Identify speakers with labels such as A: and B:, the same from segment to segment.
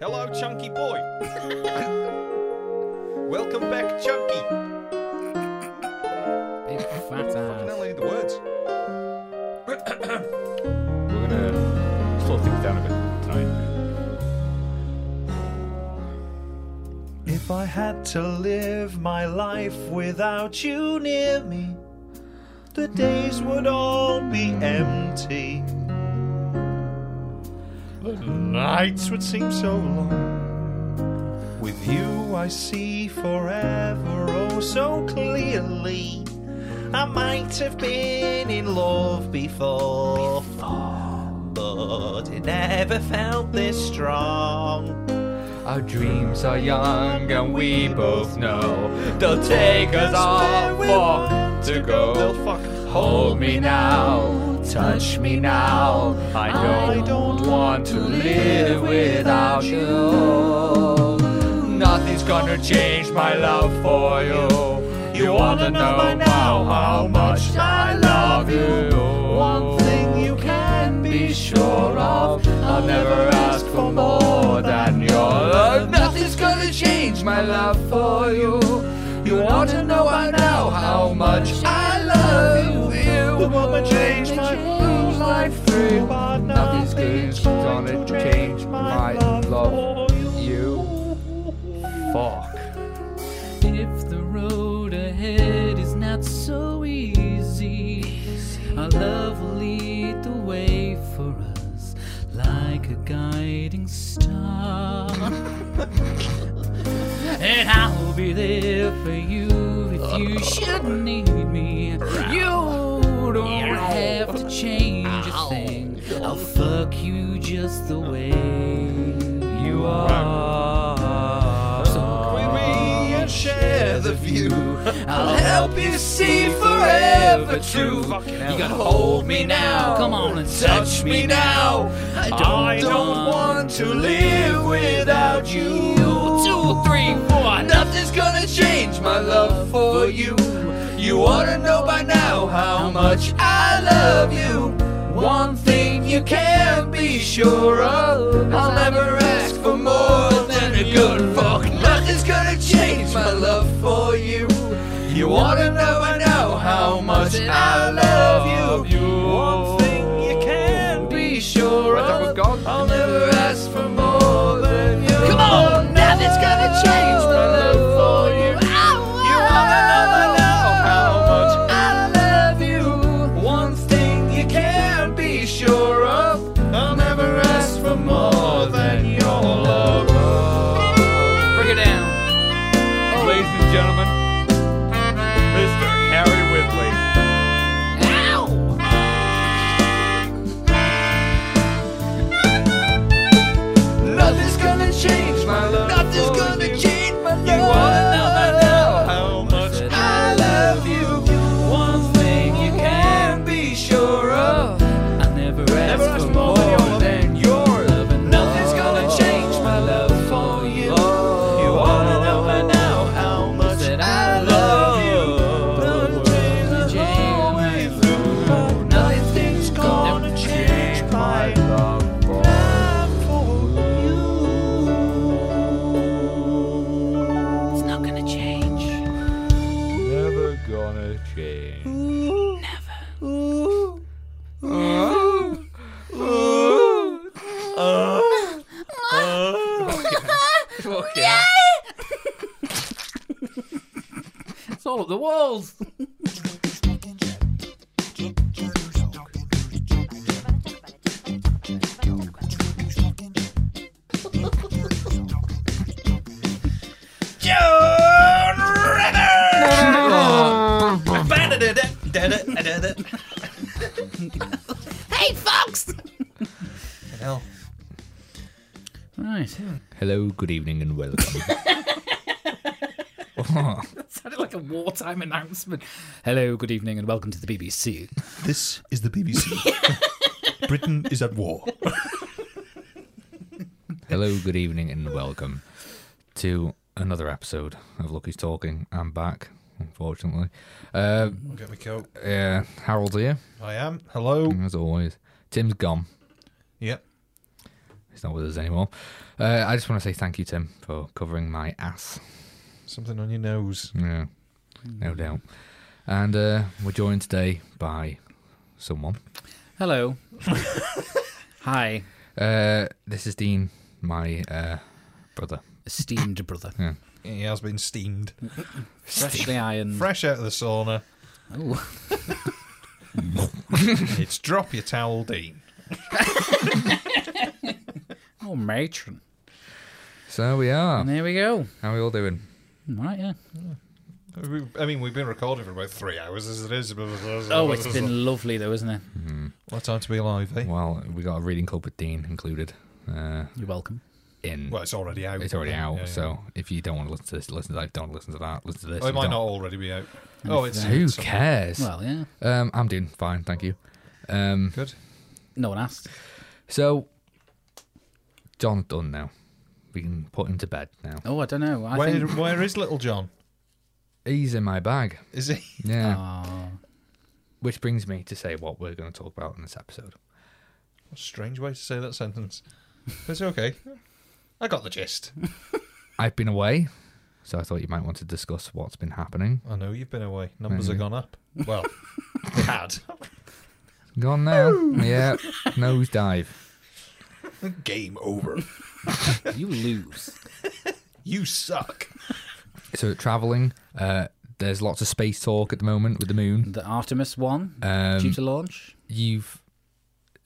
A: Hello, Chunky Boy. Welcome back, Chunky.
B: Big fat
A: Fucking hell,
B: ass.
A: I need the words. We're gonna slow things down a bit tonight.
C: If I had to live my life without you near me, the days would all be empty. The nights would seem so long. With you, I see forever oh so clearly. I might have been in love before, but it never felt this strong.
B: Our dreams are young and we both know they'll take us all far to go. Hold me now, touch me now. I don't, want to live without you. Nothing's gonna change my love for you. You wanna know by now how much I love you. One thing you can be sure of, I'll never ask for more than your love. Nothing's gonna change my love for you. You ought to know by now how much I love you.
C: The woman changed my
B: Change life through,
C: But
B: nothing's
C: nothing's
B: gonna
C: going to
B: change my love. You fuck.
D: If the road ahead is not so easy, our love will lead the way for us like a guiding star. and I'll be there for you if you should need me. You don't have to change a thing. I'll fuck you just the way you are. So
C: me and share the view.
D: I'll help you see forever true. You gotta hold me now. Come on and touch me now. I don't,
C: I don't want to live without you.
D: Two, three, four.
B: Nothing's gonna change my love for you. You ought to know by now how much I love you. One thing you can be sure of, I'll never ask for more than a good fuck. Nothing's gonna change my love for you. You ought to know by now how much I love you. One thing you can be sure of, I'll never ask for more than you. Oh,
D: Come on, nothing's gonna change Oh, my love for you.
B: You wanna know by now how much I love you. One thing you can be sure of, I'll never ask for more than your love.
D: Bring it down. Oh.
A: Ladies and gentlemen, Mr. Harry Whitley.
B: Nothing's gonna change my love. Nothing's gonna change my love. You wanna know by now how much I love you. One thing you can be sure of,
D: I never
B: never
D: asked
B: ask
D: for
B: for more
D: more.
B: than your love.
D: Love and
B: Nothing's gonna change my love for you. You wanna know by now how much
D: That
B: I
D: I
B: love you.
D: love
B: Nothing's
D: you.
B: all the way through. Nothing's gonna change my love for
D: It's not gonna change.
B: Never gonna change.
D: It's all up the walls. Hey, folks.
A: Hell.
D: Right.
B: Hello, good evening, and welcome.
E: Oh.
D: Sounded like a wartime announcement. Hello, good evening, and welcome to the BBC.
C: This is the BBC. Britain is at war.
B: Hello, good evening, and welcome to another episode of Lucky's Talking. I'm back, unfortunately. Uh,
A: Get me coat.
B: yeah, Harold's here,
A: I am. Hello.
B: as always. Tim's gone.
A: Yep.
E: He's not with us anymore. Uh, I just want to say thank you, Tim, for covering my ass.
A: Something on your nose.
E: Yeah, no doubt. And uh, we're joined today by someone.
D: Hello. Hi,
E: Uh, this is Dean, my uh, brother.
D: esteemed brother.
A: He has been steamed.
D: Freshly ironed.
A: Fresh out of the sauna.
D: Ooh.
A: It's drop your towel, Dean.
D: Oh, matron.
E: So we are.
D: And there we go.
E: How are we all doing?
D: Right, yeah.
A: We- I mean, we've been recording for about three hours as it is.
D: Oh, it's been lovely though, isn't it?
A: What time to be alive, eh?
E: Well, we got a reading club with Dean included. Uh,
D: You're welcome.
E: in
A: Well, it's already out.
E: it's already
A: Yeah,
E: out.
A: yeah,
E: So if you don't want to listen to this, listen to that. If you Don't listen to that. Listen to this.
A: Oh, it
E: if you
A: might
E: don't-
A: not already be out. Oh, it's
E: Who
A: it's-
E: cares?
D: Well, yeah.
E: Um, I'm doing fine, thank you. Um,
A: Good.
D: No one asked.
E: so John's done now. We can put him to bed now.
D: Oh, I don't know. I
A: Where,
D: think.
A: where is Little John?
E: He's in my bag.
A: Is he?
E: Yeah.
D: Oh,
E: Which brings me to say what we're going to talk about in this episode.
A: What a strange way to say that sentence. It's okay. I got the gist.
E: I've been away, so I thought you might want to discuss what's been happening.
A: I know you've been away. Numbers have
E: Mhm.
A: gone up. Well, they had.
E: Gone now. yeah. Nosedive.
A: Game over.
D: you lose.
A: You suck.
E: So traveling. Uh, there's lots of space talk at the moment with the moon.
D: The Artemis one
A: Uh,
D: due
E: Um,
D: to launch.
E: you've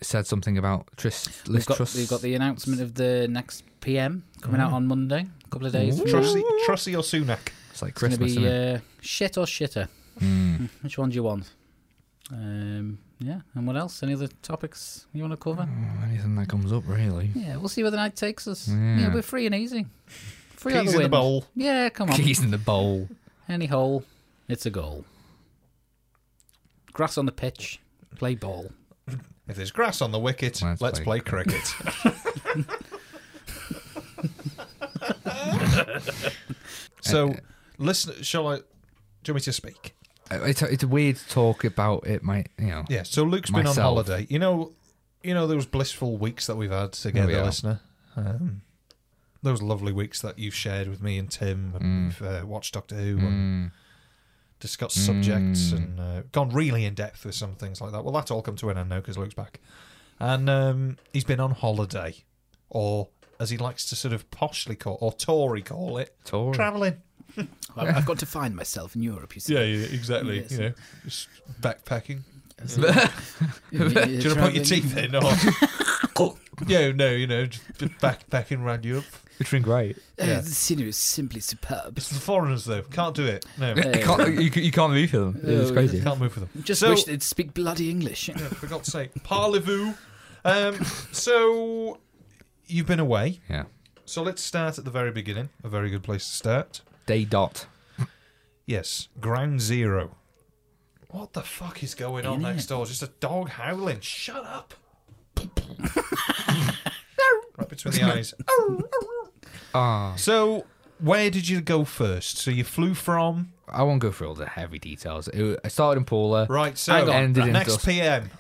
E: said something about Trist.
D: We've got,
E: Trust.
D: we've got the announcement of the next PM coming out on Monday. A couple of days. from now.
A: Trussy, Trussy or Sunak?
E: it's like
D: It's going
E: Christmas.
D: to
E: isn't
D: be
E: it?
D: uh, shit or shitter.
A: Hmm.
E: Mm.
D: Which one do you want? Um, yeah. And what else? Any other topics you want to cover?
A: Hmm.
E: Anything that comes up, really.
D: Yeah, we'll see where the night takes us.
E: Yeah.
D: Yeah, we're free and easy. Free out
A: Keys
D: the
A: in the
D: wind.
A: bowl.
D: Yeah, come on.
E: Keys in the bowl.
D: Any hole, it's a goal. Grass on the pitch, play ball.
A: If there's grass on the wicket, let's,
E: Let's
A: play,
E: play
A: cricket. so, listen. Shall I? Do you want me to speak?
E: Uh, It's a, it's a weird talk about it. Might you know?
A: Yeah. So Luke's been on
E: Myself.
A: holiday. You know, you know those blissful weeks that we've had together,
E: yeah.
A: listener. Um, those lovely weeks that you've shared with me and Tim. And We've uh, watched Doctor Who and
E: Mm,
A: discussed subjects and uh, gone really in depth with some things like that. Well, that's all come to an end now because Luke's back, and um, he's been on holiday, or as he likes to sort of poshly call or Tory call it,
E: Tory.
A: traveling.
D: I- I've got to find myself in Europe, you see.
A: yeah, exactly.
D: Yes. you know,
A: just backpacking.
D: Do
A: Do you want to put your teeth in or? yeah, no, you know, just backpacking around Europe.
E: It's been great.
A: Yeah.
D: Uh, The scenery is simply superb.
A: It's the foreigners though. Can't do it. No,
E: You can't, you, you can't move them. It's
D: Oh,
E: crazy.
A: can't move with them.
D: Just
A: So-
D: wish they'd speak bloody English.
A: Yeah, for God's sake, parlez-vous. Um, so you've been away.
E: Yeah.
A: So let's start at the very beginning. A very good place to start.
E: Day dot.
A: Yes, ground zero. What the fuck is going on
D: Innit?
A: next door? Just a dog howling. Shut up. right between the eyes.
E: Ah,
A: So, where did you go first? So you flew from
E: I won't go through all the heavy details. It, wa- I started in Paula.
A: right. So
D: Hang on.
E: Ended in
A: next
E: dust.
A: PM.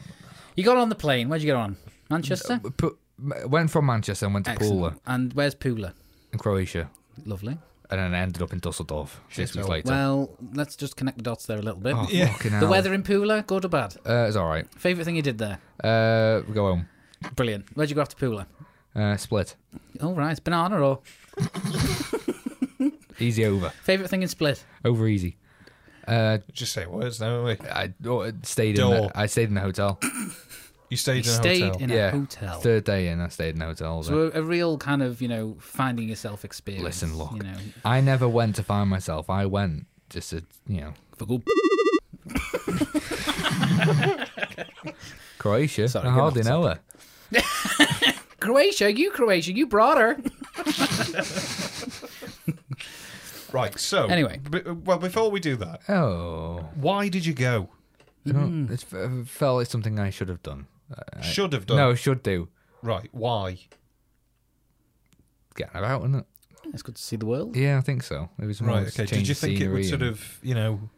D: You got on the plane. Where'd you get on? Manchester?
E: Pu- went from Manchester and went to Paula
D: And where's Pula?
E: in Croatia,
D: Lovely.
E: and then I ended up in Dusseldorf six weeks
A: Shithole.
E: later.
D: Well, let's just connect the dots there a little bit.
E: oh,
A: yeah.
E: fucking
D: The
E: hell.
D: weather in Pula, good or bad?
E: Uh, it's all right.
D: Favourite thing you did there?
E: Uh, we go home.
D: Brilliant. Where'd you go after Pula?
E: Uh, split.
D: All right, banana or
E: Easy over.
D: favourite thing in Split?
E: Over easy. Uh,
A: Just say words now, aren't we?
E: I oh, I stayed in.
A: Door.
E: The, I stayed in the hotel.
A: You stayed
D: You
A: in a
D: stayed
A: hotel.
D: in
E: yeah.
D: a hotel.
E: Third day in, I stayed in the hotel. then.
D: so a, a real kind of you know finding yourself experience.
E: Listen, look.
D: You know,
E: I never went to find myself. I went just to you know
D: for good.
E: Croatia.
D: Sorry,
E: I
D: you're
E: hardly
D: not
E: know her.
D: Croatia, you Croatia, you brought her.
A: Right. So
D: Anyway.
A: b- well, before we do that,
E: Oh,
A: why did you go?
E: I
D: Mm.
E: don't- it's- it felt like something I should have done.
D: Uh,
E: I- I-
A: Should have done.
E: No, should do.
A: Right. Why?
E: Getting about, isn't it?
D: It's good to see the world.
E: Yeah, I think so. It was more
A: Right.
E: just
A: Okay. Did
E: change
A: you think it would
E: scenery
A: sort
E: and-
A: of, you know,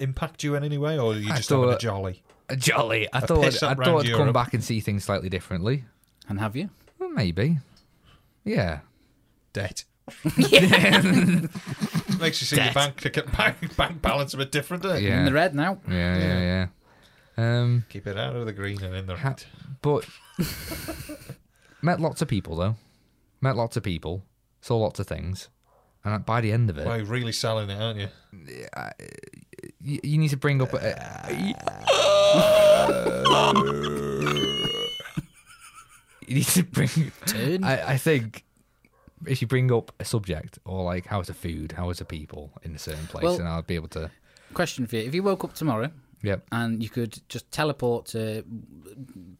A: impact you in any way, or you
E: I
A: just having a
E: thought-
A: jolly?
E: jolly? I thought
A: piss
E: I
A: up
E: thought
A: round
E: I'd
A: Europe.
E: come back and see things slightly differently.
D: And have you?
E: Well, maybe. Yeah.
A: Dead. Makes you see your bank, bank, bank balance a bit different, doesn't it?
E: Yeah.
D: In the red now.
E: Yeah, yeah, yeah. Um,
A: Keep it out of the green and in the
E: ha-
A: red.
E: but met lots of people though. Met lots of people. Saw lots of things. And by the end of it,
A: Well, you're really selling it, aren't you?
E: you, you need to bring up. A, you need to bring.
D: Turn.
E: I, I think if you bring up a subject or like how is the food, how is the people in a certain place,
D: Well-
E: and I'll be able to.
D: Question for you. If you woke up tomorrow
E: Yep.
D: and you could just teleport to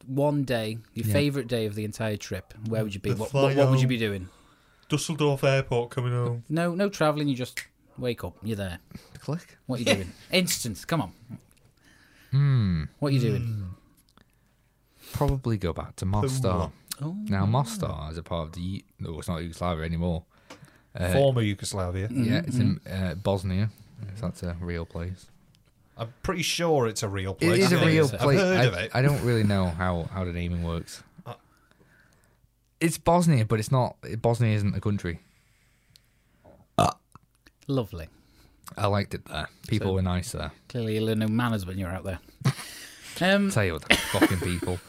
D: one day, your favourite day of the entire trip, where would you be?
A: The
D: What,
A: fly
D: what, what would you
A: home.
D: be doing?
A: Dusseldorf Airport coming home.
D: No, no travelling. You just wake up. You're there.
E: Click.
D: What are you doing? Instant. Come on.
E: Hmm.
D: What are you
A: Hmm.
D: doing?
E: Probably go back to Mostar.
D: Oh.
E: Now Mostar is a part of the. Ye- No, it's not Yugoslavia anymore. Uh,
A: Former Yugoslavia.
E: Yeah, it's in uh, Bosnia. If that's a real place.
A: I'm pretty sure it's a real
E: It
A: place.
E: is a
A: isn't
E: real
A: I've
E: place.
A: heard
E: I,
A: of it.
E: I don't really know how, how the naming works. Uh, It's Bosnia, but it's not. Bosnia isn't a country.
D: Lovely.
E: I liked it there. People were nice there.
D: Clearly, you learn no manners when you're out there. Um,
E: Tell you what, those fucking people.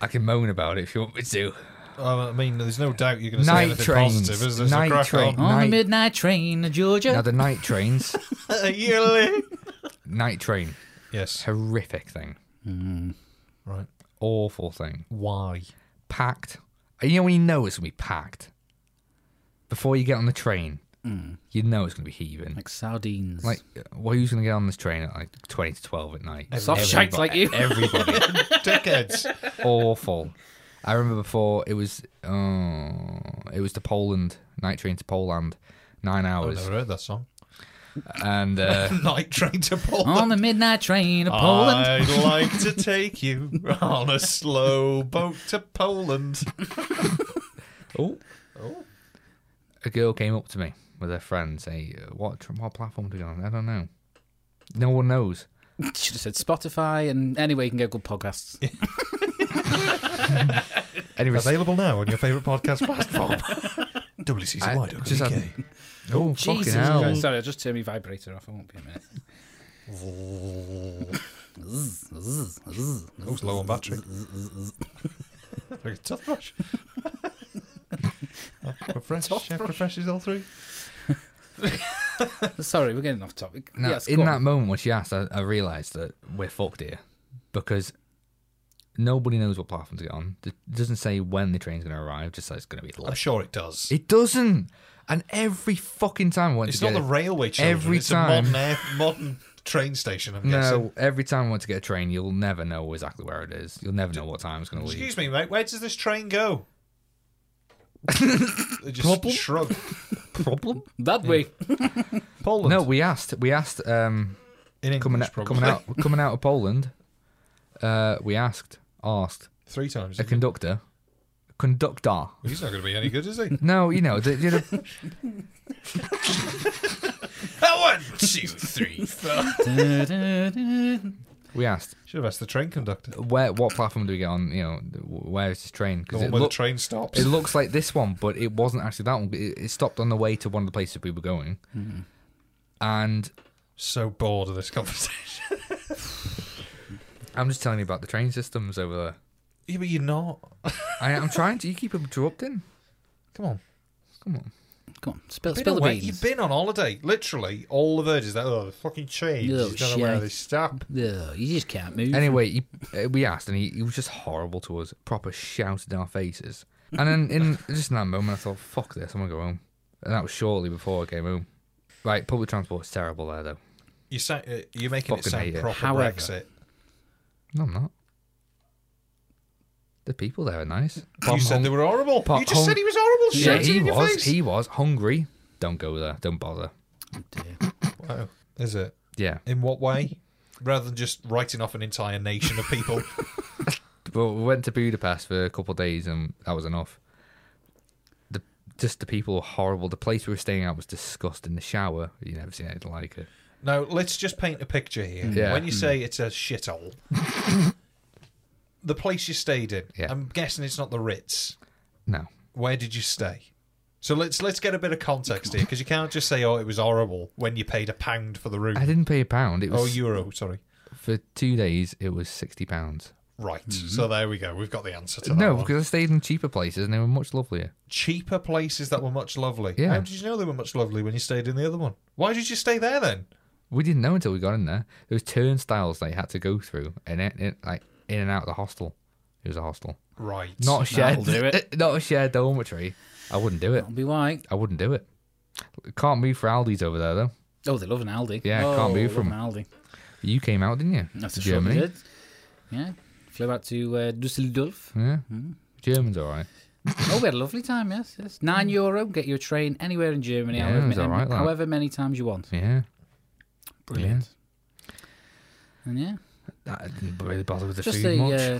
E: I can moan about it if you want me to.
A: Oh, I mean, there's no doubt you're going to say
E: Night
A: anything
E: trains.
A: positive. Is there?
E: Night
A: a crack
E: train.
D: on the
E: night-
D: midnight train to Georgia.
E: Now the night trains,
A: on? Yearly.
E: night train,
A: Yes.
E: horrific thing,
A: Right.
E: awful thing,
A: Why?
E: packed. And you know when you know it's gonna be packed before you get on the train, you know it's gonna be heaving.
D: Mm. like sardines.
E: Like, well, who's gonna get on this train at like twenty to twelve at night?
D: Soft shaped like you.
E: Everybody.
A: Dickheads.
E: awful. I remember before it was oh, it was to Poland night train to Poland,
D: Oh,
E: nine
A: I've
E: hours,
A: never heard that song.
E: and uh,
A: Night train to Poland.
D: on the midnight train to Poland.
A: I'd like to take you on a slow boat to Poland.
E: oh, a girl came up to me with her friend, say, "Uh, "What tr- what platform do you on?" I don't know. No one knows.
D: Should have said Spotify and anyway you can get good podcasts.
E: Anyway,
A: Available now on your favourite podcast platform.
E: I
A: WCCY.co.uk.
E: just had- oh fucking
D: Jesus.
E: hell!
D: Christ. Sorry, I just turned my vibrator off. I won't be a minute.
A: Who's Oh, low on battery? like a toothbrush. refresh, chef refreshes all three.
D: Sorry, we're getting off topic.
E: Now,
D: yes,
E: in
D: go
E: that
D: on.
E: moment when she asked, I, I realised that we're fucked here because nobody knows what platform to get on. It doesn't say when the train's going to arrive; just says it's going to be late.
A: I'm sure it does.
E: It doesn't. And every fucking time I went
A: It's
E: to
A: not
E: get
A: the
E: a-
A: railway children.
E: Every
A: it's
E: time.
A: a modern, air, modern train station, I'm guessing.
E: no, every time I went to get a train, you'll never know exactly where it is. You'll never know what time it's going to leave.
A: Excuse me, mate, where does this train go? they just shrug.
E: Problem?
D: that way.
A: Poland.
E: No, we asked. We asked um,
A: in English,
E: coming out,
A: probably.
E: coming out, coming out of Poland. Uh, we asked, asked
A: Three times.
E: a conductor, conductor.
A: He's not going to be any good, is he?
E: No, you know, the, you know
A: One, two, three, four.
E: we asked
A: Should have asked the train conductor. The
E: where what platform do we get on? You know, where is this train? Because
A: one
E: it,
A: where
E: look-
A: the train stops.
E: it looks like this one, but it wasn't actually that one. It, it stopped on the way to one of the places we were going, and
A: so bored of this conversation.
E: I'm just telling you about the train systems over there.
A: yeah, but you're not.
E: I, I'm trying to. You keep interrupting.
A: Come on.
E: Come on.
D: Come on, spill,
A: Been
D: spill the
A: away-
D: beans.
A: You've been on holiday, literally. All the verges that oh, the fucking change.
D: No,
A: don't know where
D: shite.
A: they stop.
D: No, you just can't move.
E: Anyway, he, uh, we asked, and he, he was just horrible to us. Proper shouted in our faces. And then in just in that moment, I thought, "Fuck this! I'm gonna go home." And that was shortly before I came home. Right, public transport's terrible there, though.
A: You sa- uh, you're making it
E: Fucking
A: sound
E: hate it.
A: proper
D: However-
A: Brexit.
E: No, I'm not. The people there are nice.
A: You
E: Apart from
A: said they
E: hung-
A: were horrible.
E: Pop
A: you just
E: hung-
A: said he was horrible.
E: Yeah,
A: Shouting
E: he
A: in your
E: was.
A: face.
E: He was hungry. Don't go there. Don't bother.
A: Wow. Oh, Is it?
E: Yeah.
A: In what way? Rather than just writing off an entire nation of people.
E: Well, we went to Budapest for a couple of days, and that was enough. The just the people were horrible. The place we were staying at was disgusting. The shower, you never seen anything like it. Mm.
A: now, let's just paint a picture here.
E: Yeah.
A: When you say it's a shithole, the place you stayed in.
E: Yeah.
A: I'm guessing it's not the Ritz.
E: No.
A: Where did you stay? So let's let's get a bit of context here because you can't just say oh it was horrible when you paid a pound for the room.
E: I didn't pay a pound. It
A: Oh,
E: was
A: euro, sorry.
E: for two days. It was sixty pounds.
A: Right. So there we go. We've got the answer to that.
E: Mm-hmm. No,
A: one.
E: because I stayed in cheaper places and they were much lovelier.
A: cheaper places that were much lovely.
E: Yeah.
A: How did you know they were much lovely when you stayed in the other one? Why did you stay there then?
E: We didn't know until we got in there. There was turnstiles they had to go through and it, it, like in and out of the hostel. It was a hostel,
A: Right.
E: not a shared,
D: That'll do it.
E: not a shared dormitory. I wouldn't do it.
D: I'll be white.
E: I wouldn't do it. Can't move for Aldi's over there though.
D: Oh, they love an Aldi.
E: Yeah,
D: oh,
E: can't move
D: love
E: from-
D: an Aldi.
E: You came out, didn't you?
D: That's
E: to
D: a short bit. Yeah, flew out to uh, Dusseldorf.
E: Yeah. Hmm. German's all right.
D: Oh, we had a lovely time. Yes, yes. Nine euro, get you a train anywhere in Germany,
E: Yeah,
D: however,
E: it was
D: ma-
E: alright, that.
D: however many times you want.
E: Yeah.
D: Brilliant. And yeah,
E: I didn't really bother with the
D: just
E: food
D: a,
E: much.
D: uh,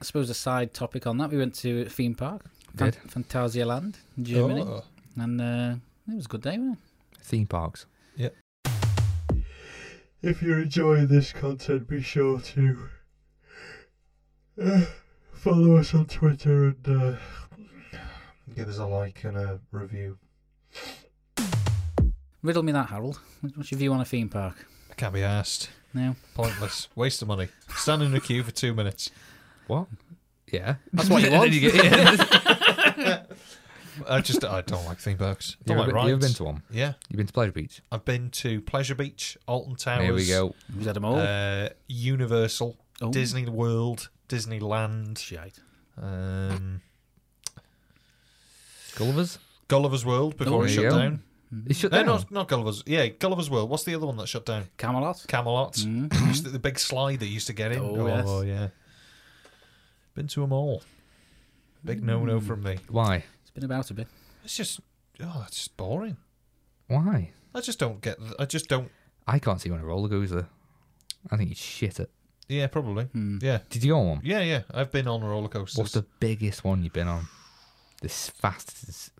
D: I suppose a side topic on that. We went to a theme park, Fan- Fantasia Land, in Germany,
A: Oh,
D: and uh, it was a good day. Wasn't
E: Theme parks.
B: If you're enjoying this content, be sure to uh, follow us on Twitter and uh,
A: give us a like and a review.
D: it? Riddle me that, Harold. What- What's your view on a theme park?
A: I can't be asked.
D: No,
A: Pointless. Waste of money. Stand in a queue for two minutes.
E: What? Yeah.
D: that's what you want.
E: you get, yeah.
A: I just I don't like theme parks. I
E: you
A: don't like
E: ever,
A: rides.
E: you ever been to one?
A: Yeah,
E: You've been to Pleasure Beach?
A: I've been to Pleasure Beach, Alton Towers.
E: Here we go. Oh.
D: Was that a mole?
A: Uh, Universal,
D: Oh.
A: Disney World, Disneyland,
D: Shite.
A: um,
E: Gulliver's?
A: Gulliver's World before
D: Oh,
A: it
E: there
A: shut
E: you go.
A: down.
E: It shut
A: No,
E: down.
A: not, not Gulliver's. Yeah, Gulliver's World. What's the other one that shut down?
D: Camelot.
A: Camelot.
E: Hmm.
D: Mhm.
A: Used to- the big slide they used to get in.
D: Oh, yes.
A: yeah. Been to them all. Big no no
D: Hmm.
A: from me.
E: Why?
D: It's been about a bit.
A: It's just, oh, it's just boring.
E: Why?
A: I just don't get. th- I just don't.
E: I can't see when a roller goes there. I think you shit it.
A: Yeah, probably.
D: Hmm.
A: Yeah,
E: Did you go on one?
A: yeah, yeah. I've been on roller coasters.
E: What's the biggest one you've been on? This fastest.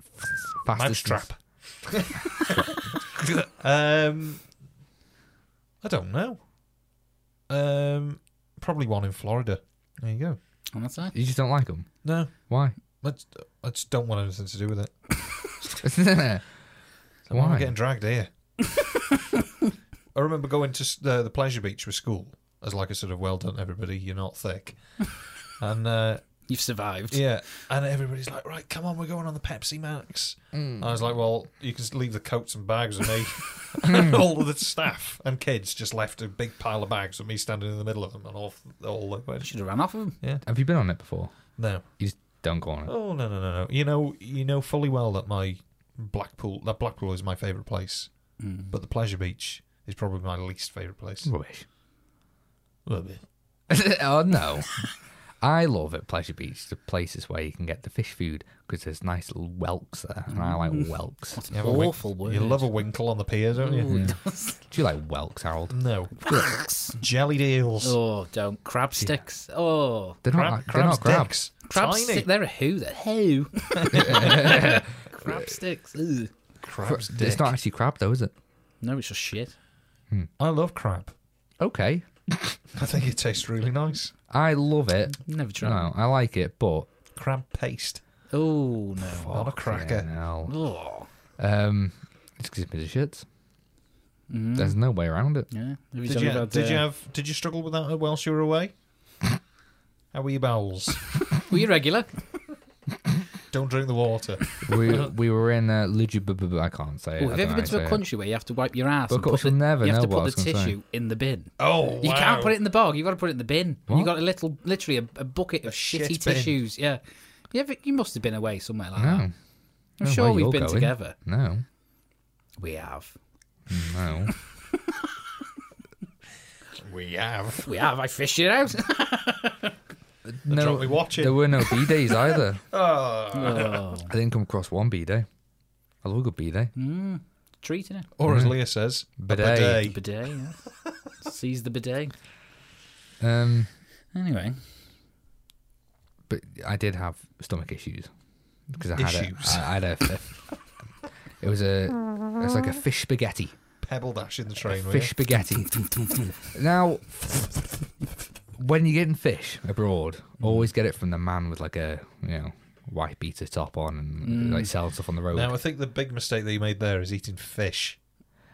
A: Mouse
E: Fastest.
A: trap. um, I don't know. Um, probably one in Florida. There you go.
D: And that's it.
E: You just don't like them?
A: No,
E: Why?
A: I just, I just don't want anything to do with it. Why am I
E: Why?
A: getting dragged here? I remember going to s- the, the pleasure beach with school as like a sort of well done everybody, you're not thick, and uh,
D: You've survived.
A: yeah, and everybody's like, right, come on, we're going on the Pepsi Max.
E: Mm.
A: And I was like, well, you can just leave the coats and bags of me, and all of the staff and kids just left a big pile of bags with me standing in the middle of them, and off all the way.
D: Should have ran off of him.
E: Have you been on it before?
A: No,
E: You just don't go on it.
A: oh no, no, no, no. You know, you know fully well that my Blackpool, that Blackpool is my favourite place,
D: Mm.
A: but the pleasure beach is probably my least favourite place.
E: Rubbish.
A: Well, yeah.
E: oh no. I love at Pleasure Beach the places where you can get the fish food because there's nice little whelks there, and I like whelks.
D: What an
A: You have a wink-
D: awful word.
A: You love a winkle on the pier, don't you?
D: Ooh, it does.
E: Do you like whelks, Harold?
A: No. Jellied eels.
D: Oh, don't crab sticks. Oh,
E: They're
A: Crab,
E: not. like- they're
A: crabs
E: not crabs.
A: dicks.
D: crab
A: Tiny.
D: stick. They're a who? They're who? crab sticks. Ew.
A: Crab's dick.
E: It's not actually crab though, is it?
D: No, it's just shit.
A: I love crab.
E: Okay.
A: I think it tastes really nice.
E: I love it.
D: Never try.
E: No, I like it, but
A: Crab paste.
D: Oh no.
A: Not a cracker.
E: fucking hell.
D: Oh.
E: Um, it's gives me the shits. There's no way around it.
D: Yeah. Have
A: Did
D: done
A: you,
D: about,
A: did you
D: uh,
A: have did you struggle with that whilst you were away? How were your bowels?
D: Were you regular?
A: Don't drink the water.
E: We we were in uh, Lujubu. I can't say it.
D: Oh, have you
E: I don't
D: ever
E: know
D: been
E: how
D: to
E: say
D: a
E: it.
D: country where you have to wipe your ass?
E: Of
D: and
E: course,
D: put
E: you'll
D: the-
E: never
D: You have
E: know
D: to
E: what I
D: put
E: was
D: the
E: gonna say.
D: tissue in the bin.
A: Oh, wow.
D: You can't put it in the bog. You've got to put it in the bin.
E: What?
D: You got a little, literally a, a bucket of
A: shit
D: shitty
A: bin.
D: tissues. Yeah. You, ever, you must have been away somewhere like that.
E: No,
D: I'm
E: No
D: sure
E: way
D: we've
E: you're
D: been
E: going.
D: together.
E: no,
D: We have.
E: no.
A: We have.
D: We have. I fished it out.
E: no.
A: dropped me watching.
E: There were no B days either.
D: oh.
E: I didn't come across one B day. I love a good B day.
D: Treating it.
E: Oh.
A: Or as Leah says, a
E: Bidet.
D: The
A: bidet.
D: bidet, yeah. Seize the bidet.
E: Um,
D: Anyway.
E: but I did have stomach issues because I had
A: Issues.
E: a. I had a. it was a. It was like a fish spaghetti.
A: Oh, Pebble dash in the train. were you?
E: Fish spaghetti. now, when you're getting fish abroad, always get it from the man with like a you know white beater top on and like selling stuff on the road.
A: Now, I think the big mistake that you made there is eating fish.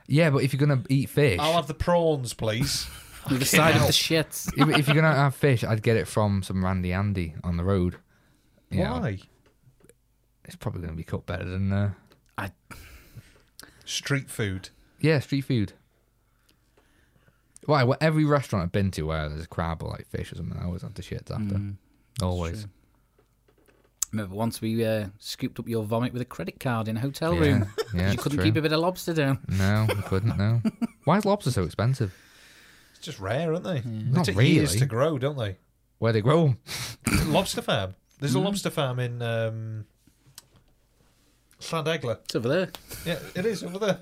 E: yeah, but if you're gonna eat fish,
A: I'll have the prawns, please.
D: With the side of the shits.
E: if, if you're gonna have fish, I'd get it from some Randy Andy on the road. You know,
A: Why?
E: it's probably gonna be cooked better than uh,
A: Street food.
E: yeah street food. Why? Well, every restaurant I've been to where there's a crab or like fish or something, I always have to shit after.
A: Mm.
E: always.
D: Remember once we uh, scooped up your vomit with a credit card in a hotel
E: Yeah,
D: room.
E: yeah,
D: 'Cause you
E: it's
D: couldn't
E: true.
D: keep a bit of lobster down.
E: No, I couldn't. No. Why is lobster so expensive?
A: It's just rare, aren't they? They
E: Not
A: take
E: really.
A: years to grow, don't they?
E: Where they grow 'em?
A: lobster farm. There's a
E: Hmm?
A: lobster farm in um, Llandegla.
D: It's over there.
A: Yeah, it is over there.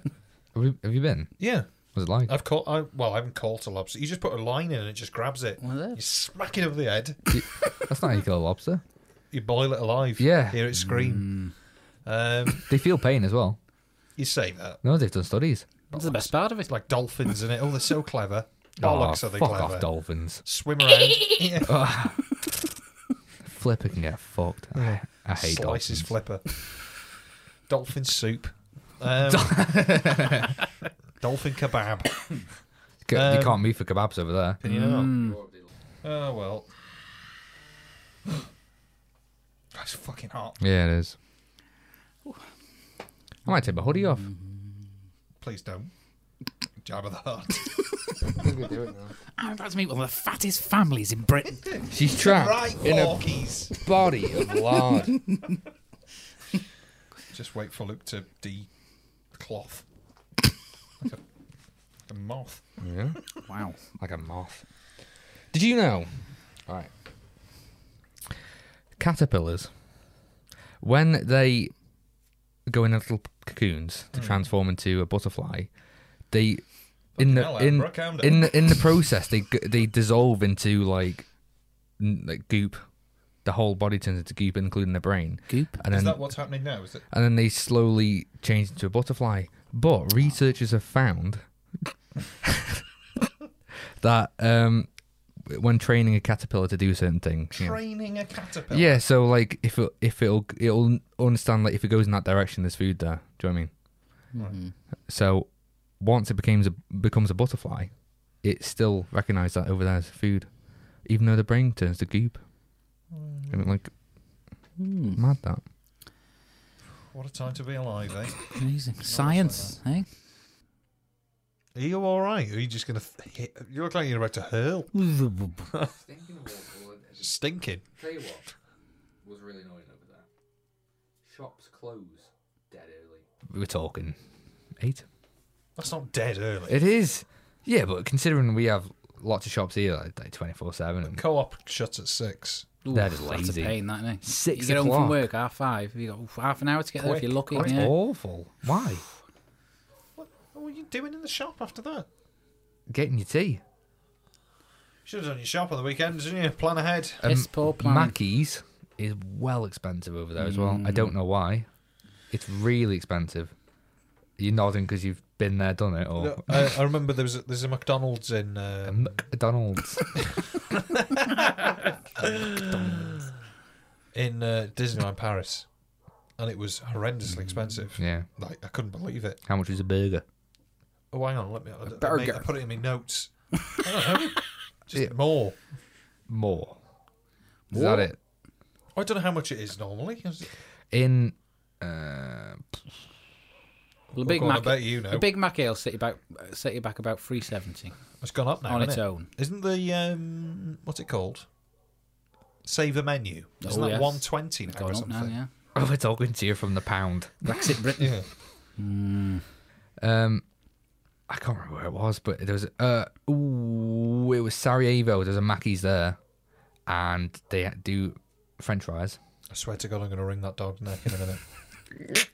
E: Have you, have you been?
A: Yeah,
E: Was it
D: Uh,
E: like?
A: I've caught. I, well, I haven't caught a lobster. You just put a line in and it just grabs it.
D: Well, there.
A: You smack it over the head.
E: That's not how you kill a lobster.
A: You boil it alive.
E: Yeah. Hmm.
A: hear it scream. Um,
E: They feel pain as well.
A: you say that
E: No, they've done studies.
D: That's the best part of it.
A: like dolphins in it. Oh, they're so clever. Bollocks
E: Oh,
A: are they
E: fuck
A: clever?
E: off, dolphins.
A: Swim around. yeah.
E: Flipper can get fucked. I, I hate
A: Slices
E: dolphins.
A: flipper. Dolphin soup. Um, dolphin kebab.
E: Ca-
A: Um,
E: you can't move for kebabs over there.
A: Can you not?
E: Mm.
A: Oh well. That's fucking hot.
E: Yeah, it is. I might take my hoodie off.
A: Please don't. Jabba the Hutt.
D: I'm about to meet one of the fattest families in Britain.
E: She's trapped
A: right,
E: in a
A: walkies.
E: body of lard.
A: Just wait for Luke to de cloth. Like a, like a moth.
E: yeah,
D: wow.
E: like a moth. Did you know? All right. Caterpillars, when they go in their little cocoons
A: Hmm.
E: to transform into a butterfly, they in the
A: hell,
E: in
A: Amber, calm down.
E: in the, in the process they g- they dissolve into like n- like goop. The whole body turns into goop, including the brain.
D: Goop?
E: and
A: Is
E: then
A: that what's happening now? Is it?
E: and then they slowly change into a butterfly. But researchers have found that um, when training a caterpillar to do certain things, you know-
A: Training a caterpillar.
E: yeah, so like if it, if it'll it'll understand like if it goes in that direction, there's food there. Do you know what I mean?
A: Hmm.
E: So once it becomes a becomes a butterfly, it still recognises that over there is food, even though the brain turns to goop. I mean, like
A: Hmm.
E: mad that.
A: What a time to be alive, eh?
D: Amazing. Science, eh?
A: Are you all right? Are you just gonna th- hit? You look like you're about to hurl. Stinking.
E: Tell you what was really annoying over there. Shops close dead early. We were talking eight.
A: That's not dead early.
E: It is. Yeah, but considering we have lots of shops here, like, like twenty four seven.
A: Co-op shuts at six.
E: They're just
D: That's a
E: lazy.
D: pain, that, innit?
E: Six
D: You get home from
E: o'clock.
D: work, half five. you got half an hour to get there if you're lucky.
E: That's
D: yeah.
E: awful. Why?
A: What, what were you doing in the shop after that?
E: Getting your tea.
A: Should have done your shop on the weekends, didn't you? Plan ahead.
D: Piss poor plan.
E: Um, Mackey's is well expensive over there as well. I don't know why. It's really expensive. You're nodding because you've been there, done it, or
A: No, Oh. I, I remember there was a, there's a McDonald's in uh,
D: Um,
E: McDonald's.
A: in uh, Disneyland Paris, and it was
D: Mm,
A: horrendously expensive.
E: yeah.
A: Like I couldn't believe it.
E: How much is a burger?
A: Oh, hang on, let me. I, I
D: burger.
A: made- I put it in my notes. I don't know. Just more.
E: More. Is that it?
A: I don't know how much it is normally.
E: in uh,
D: Well, a Big
A: Go on, I
D: Mac.
A: bet you know.
D: A Big Mac ale set you back, set you back about three seventy.
A: It's gone up now
D: On
A: isn't
D: its
A: it?
D: own.
A: Isn't the um, what's it called? Save a menu. Isn't
D: Oh,
A: that
D: yes.
A: one twenty now or
D: Gone up
A: something?
D: now, yeah.
E: oh, we're talking to you from the pound.
D: Brexit Britain.
A: yeah.
E: Um, I can't remember where it was, but there was uh, ooh, it was Sarajevo. There's a Mackey's there, and they do French fries,
A: I swear to God, I'm going to wring that dog's neck in a minute.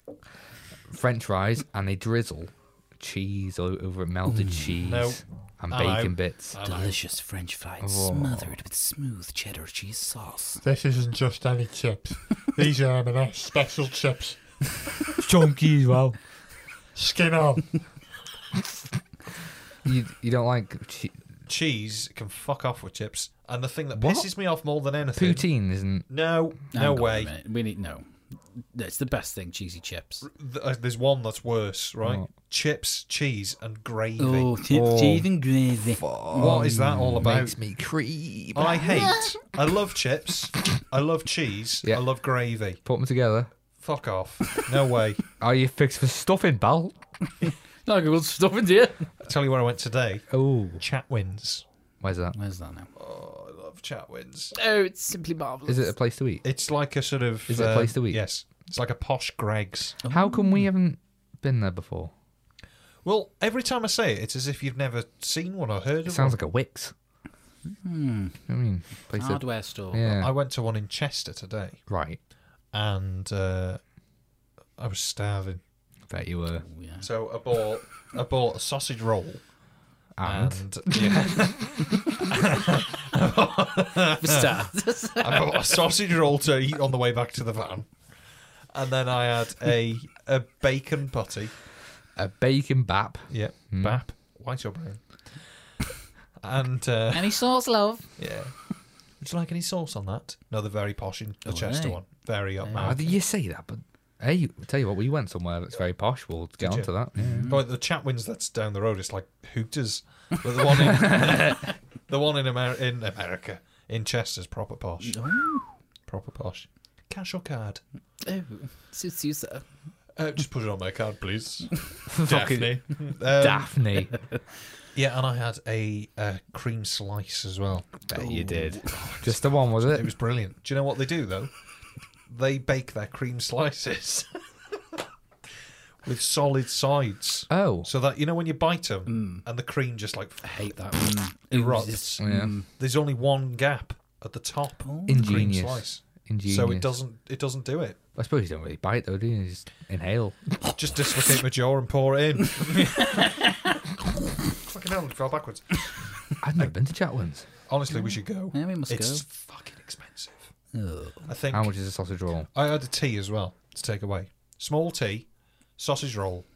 E: French fries, and they drizzle cheese o- over it, melted cheese
A: No.
E: and
A: Hello.
E: bacon bits.
D: Delicious French fries
E: Oh.
D: smothered with smooth cheddar cheese sauce.
F: This isn't just any chips. These are M&S special chips.
E: Chunky as well.
F: Skin on.
E: You you don't like che-
A: cheese can fuck off with chips. And the thing that
E: What?
A: pisses me off more than anything.
E: Poutine isn't.
A: No,
D: Hang
A: no
D: on a
A: way.
D: minute. We need no. It's the best thing, cheesy chips.
A: Th- uh, There's one that's worse, right? Chips, cheese, and gravy.
D: Oh, chips,
E: Oh. um,
D: cheese, and gravy.
A: What is that all about?
E: Makes me creep.
A: I hate. I love chips. I love cheese.
E: Yeah.
A: I love gravy.
E: Put them together.
A: Fuck off. No way.
E: Are you fixed for stuffing, pal?
D: Like good stuff in here.
A: I tell you where I went today.
E: Oh,
A: Uh. Chatwins.
E: where's that?
D: Where's that now?
A: Oh, I love Chatwins.
D: Oh, it's simply marvelous.
E: Is it a place to eat?
A: It's like a sort of.
E: Uh,
A: uh,
E: Is it a place to eat?
A: Yes. It's like a posh Greg's.
E: How come
A: Oh.
E: we haven't been there before?
A: Well, every time I say it, it's as if you've never seen one or heard
E: It
A: of
E: sounds
A: one.
E: like a Wix. Hmm. I mean, place to,
D: hardware store?
E: yeah,
A: Ah, I went to one in Chester today,
E: right.
A: and uh, I was starving,
E: Bet you were.
D: Oh,
A: so I bought I bought a sausage roll
E: And
A: and yeah,
D: For starters.
A: I bought a sausage roll to eat on the way back to the van, and then I had a a bacon putty.
E: a bacon bap.
A: Yeah, bap,
E: Hmm.
A: white or brown, and uh,
D: Any sauce, love?
A: yeah. Would you like any sauce on that? No, the very posh in the
D: Oh,
A: Chester
D: hey.
A: one. Very up
E: Oh,
A: man.
E: you say that, but hey, tell you what, we went somewhere that's very posh. We'll get
A: you?
E: onto that. Yeah.
A: Oh, the Chatwins that's down the road. It's like Hooters, but the one in the one in, Amer- in America in Chester's proper posh. Proper posh. Cash or card?
D: Oh, suits you, sir.
A: Uh, just put it on my card, please. Daphne. Um,
E: Daphne.
A: yeah, and I had a, uh cream slice as well.
E: Bet you did. Just the one, was it?
A: It was brilliant. Do you know what they do though? They bake their cream slices with solid sides.
E: oh,
A: So that you know when you bite them and the cream just like
D: Hate that one.
A: rots.
E: yeah.
A: There's only one gap at the top. of the Cream
E: Ingenious.
A: slice.
E: Ingenious.
A: So it doesn't it doesn't do it.
E: I suppose you don't really bite though, do you? you just inhale.
A: Just dislocate my jaw and pour it in. fucking hell, it fell backwards.
E: I've never been to Chatwin's.
A: Honestly, we should go.
D: Yeah, we must
A: it's fucking expensive.
D: go.
A: I think
E: How much is a sausage roll?
A: I had a tea as well to take away. Small tea, sausage roll,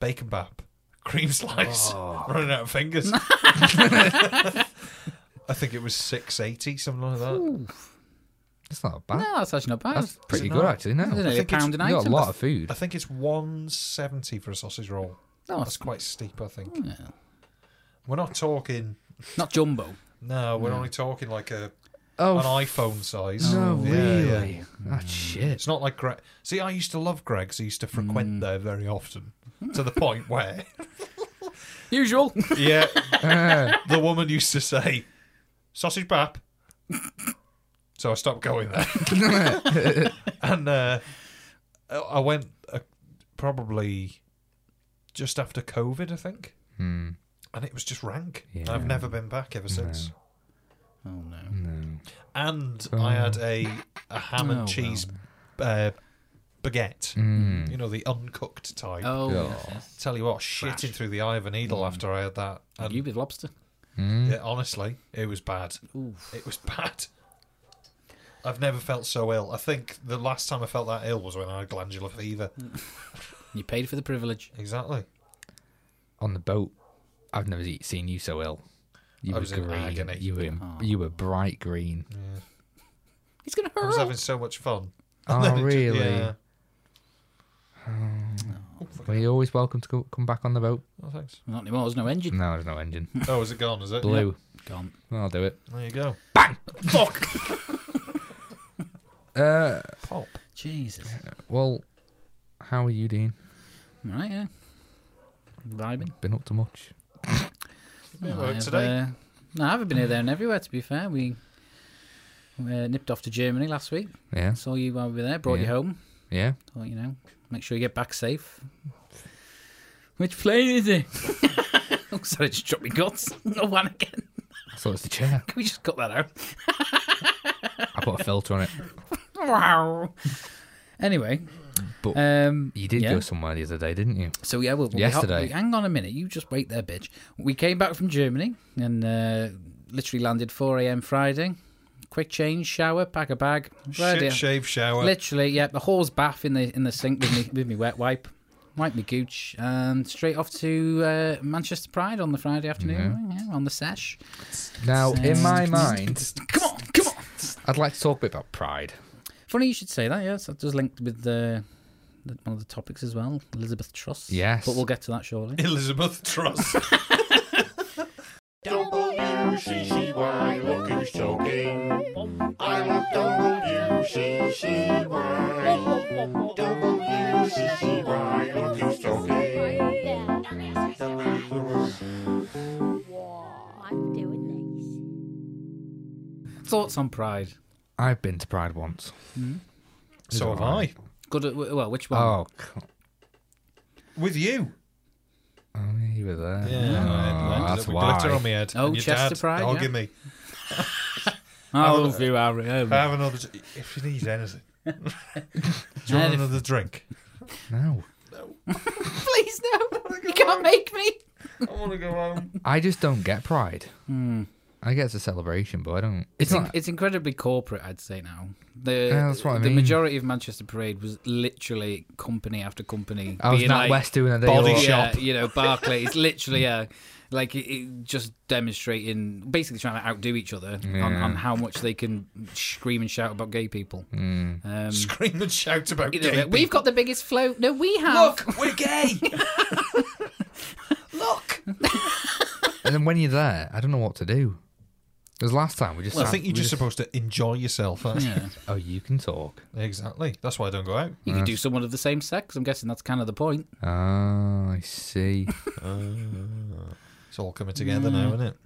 A: bacon bap, cream slice. Running out of fingers. I think it was six eighty, something like that.
E: That's not bad.
D: No, that's actually not bad.
E: That's pretty
A: it
E: good,
A: not?
E: actually. No,
D: Isn't
E: you
D: it? A
A: think it's-
D: pound an
E: got a
D: item.
E: lot of food.
A: I think it's one seventy for a sausage roll.
D: No,
A: That's
D: that's
A: quite steep, I think.
D: yeah.
A: We're not talking.
D: not jumbo.
A: No, we're only talking like a
E: Oh,
A: an iPhone size.
E: no,
A: Yeah, yeah.
E: really? That's shit.
A: It's not like Greg. See, I used to love Greg's. I used to frequent
D: Mm.
A: there very often, to the point where,
D: Usual.
A: yeah, the woman used to say, "Sausage bap." So I stopped going there, and uh, I- I went uh, probably just after COVID, I think,
E: Hmm.
A: and it was just rank.
E: Yeah.
A: I've never been back ever since.
D: oh no.
E: No.
A: and I had a, a ham and
D: Oh, Mm.
A: cheese uh, baguette.
E: mm.
A: You know, the uncooked type.
D: Oh,
E: Yeah.
D: yes, yes.
A: Tell you what, shitting through the eye of a needle after I had that. And
D: you with lobster.
E: Mm.
A: yeah, honestly, it was bad. It was bad. I've never felt so ill. I think the last time I felt that ill was when I had glandular fever.
E: Mm.
D: You paid for the privilege.
A: Exactly.
E: On the boat, I've never se- seen you so ill. You
A: I was in
E: were green.
A: agony.
E: You were you were bright green.
D: He's gonna
A: I was
D: hurl.
A: having so much fun.
E: Oh, really?
A: Yeah.
E: Were you always welcome to go, come back on the boat?
A: Oh, thanks.
D: Not anymore. There's no engine.
E: No, there's no engine.
A: Oh, is it gone? Is it?
E: Blue.
D: Gone.
E: I'll do it.
A: There you go.
E: Fuck. uh,
A: Pop.
D: Jesus.
E: well, how are you, Dean?
D: Right. Yeah. Vibing.
E: Been up to much?
A: Yeah,
D: Oh,
A: well,
D: I've,
A: today.
D: uh, no, I haven't been here, there, and everywhere. To be fair, we uh, nipped off to Germany last week.
E: Yeah.
D: Saw you while we were there. Brought you
E: Yeah.
D: home.
E: Yeah.
D: Thought you know, make sure you get back safe. Which plane is it? oh, sorry, just dropped my guts. No one again.
E: So it's the chair.
D: Can we just cut that out?
E: I put a filter on it.
D: Wow. anyway,
E: But-
D: um,
E: You did
D: Yeah.
E: go somewhere the other day, didn't you?
D: so yeah, we'll, we'll
E: Yesterday.
D: we- hang on a minute. You just wait there, bitch. We came back from Germany and uh, literally landed 4 a.m. Friday. Quick change, shower, pack a bag.
A: Shit,
D: Ready.
A: shave, shower.
D: Literally, yeah, the horse bath in the in the sink with me with me wet wipe. wipe me gooch, and straight off to uh, Manchester Pride on the Friday afternoon, yeah, on the sesh. Um,
E: Now, Mm-hmm. in my mind,
D: Come on, come on.
E: I'd like to talk a bit about pride.
D: Funny you should say that. Yes, that does link with the, the one of the topics as well, Elizabeth Truss.
E: Yes.
D: but we'll get to that shortly.
A: Elizabeth Truss.
G: W-C-C-Y, look who's talking. I love W-C-C-Y. W-C-C-Y, look who's talking.
H: I'm doing this.
D: Thoughts on Pride?
E: I've been to Pride once.
A: so have I.
D: Good. At, well, which one?
E: Oh, c-
A: With you.
E: oh you were there.
A: I ended
E: that's
A: up with
E: why.
A: glitter on my head.
D: Oh,
A: and your
D: Chester
A: dad
D: Pride,
A: Hugging
D: yeah.
A: me.
D: I love you, Oh, Harry. Um,
A: Have another. d- If you need anything. Do you want
D: Anything.
A: another drink?
E: No.
D: Please no, you can't make me.
A: I want to go home.
E: I just don't get pride. I get it's a celebration, but I don't.
D: Hmm. It's in,
E: not-
D: it's incredibly corporate, I'd say now. The
E: Yeah, that's what I
D: the
E: mean.
D: majority of Manchester Parade was literally company after company.
E: I was
D: being
E: not
D: like,
E: West doing a day
A: Body
E: off.
A: shop.
D: Yeah, you know, Barclay. It's literally a like it, it just demonstrating, basically trying to outdo each other on,
E: Yeah. Mm.
D: on how much they can scream and shout about gay people. Um,
A: Scream and shout about
D: you know,
A: gay
D: we've got the biggest float. No, we have.
A: Look, we're gay. Look.
E: And then when you're there, I don't know what to do. Because last time we just.
A: I
E: sat-
A: think you're
E: we
A: just supposed to enjoy yourself. aren't you?
D: Yeah.
E: Oh, you can talk.
A: Exactly. That's why I don't go out.
D: You could do someone of the same sex. I'm guessing that's kind of the point.
E: Ah, I see.
A: It's all coming together now, isn't it?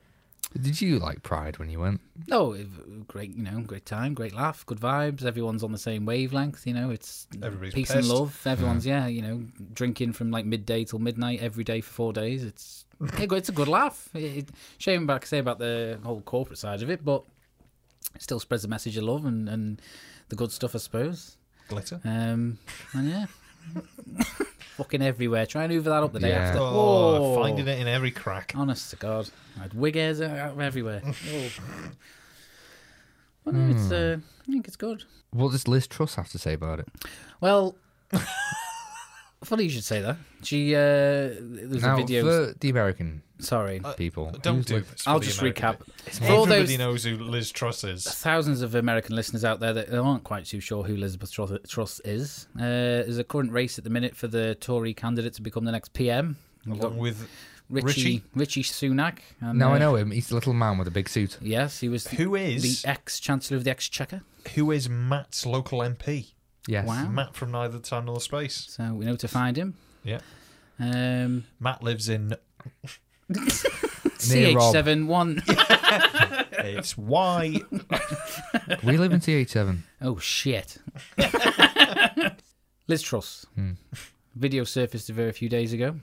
E: Did you like Pride when you went?
D: No, it- great, you know, great time, great laugh, good vibes. Everyone's on the same wavelength, you know. It's
A: Everybody's
D: peace and
A: pissed.
D: love. Everyone's yeah, you know, drinking from like midday till midnight every day for four days. It's yeah, it's a good laugh. It, it, shame about I say about the whole corporate side of it, but it still spreads the message of love and and the good stuff, I suppose.
A: Glitter.
D: Um, and yeah. Fucking everywhere. Try and hoover that up the day
E: Yeah.
D: after.
A: Oh,
D: Whoa. Oh,
A: finding it in every crack.
D: Honest to God, I had wig hairs out everywhere. well, no,
A: Hmm.
D: it's, uh, I think it's good.
E: What does Liz Truss have to say about it?
D: Well, funny you should say that. She, uh, there was
E: now,
D: a video.
E: for the American
D: Sorry,
E: people,
A: Uh, Don't
E: who's
A: do
E: with-
A: this.
D: I'll
A: for the
D: just
A: American
D: recap.
A: bit.
D: For all
A: Everybody
D: those
A: knows who Liz Truss is.
D: thousands of American listeners out there that aren't quite too sure who Elizabeth Truss- Truss is, uh, there's a current race at the minute for the Tory candidate to become the next PM. We've got
A: Along with
D: Richie,
A: Oh, Richie.
D: Richie Sunak. And,
E: Now
D: uh,
E: I know him. He's the little man with a big suit.
D: Yes, he was
A: who
D: the
A: is
D: ex Chancellor of the Exchequer.
A: who is Matt's local MP.
E: Yes.
D: Wow.
A: Matt from Neither Time Nor Space.
D: So we know to find him.
A: Yeah.
D: Um,
A: Matt lives in
E: Near Rob.
D: CH7 one.
A: it's Y.
E: We live in CH7.
D: oh shit. Liz Truss.
E: Hmm.
D: Video surfaced of her a few days ago.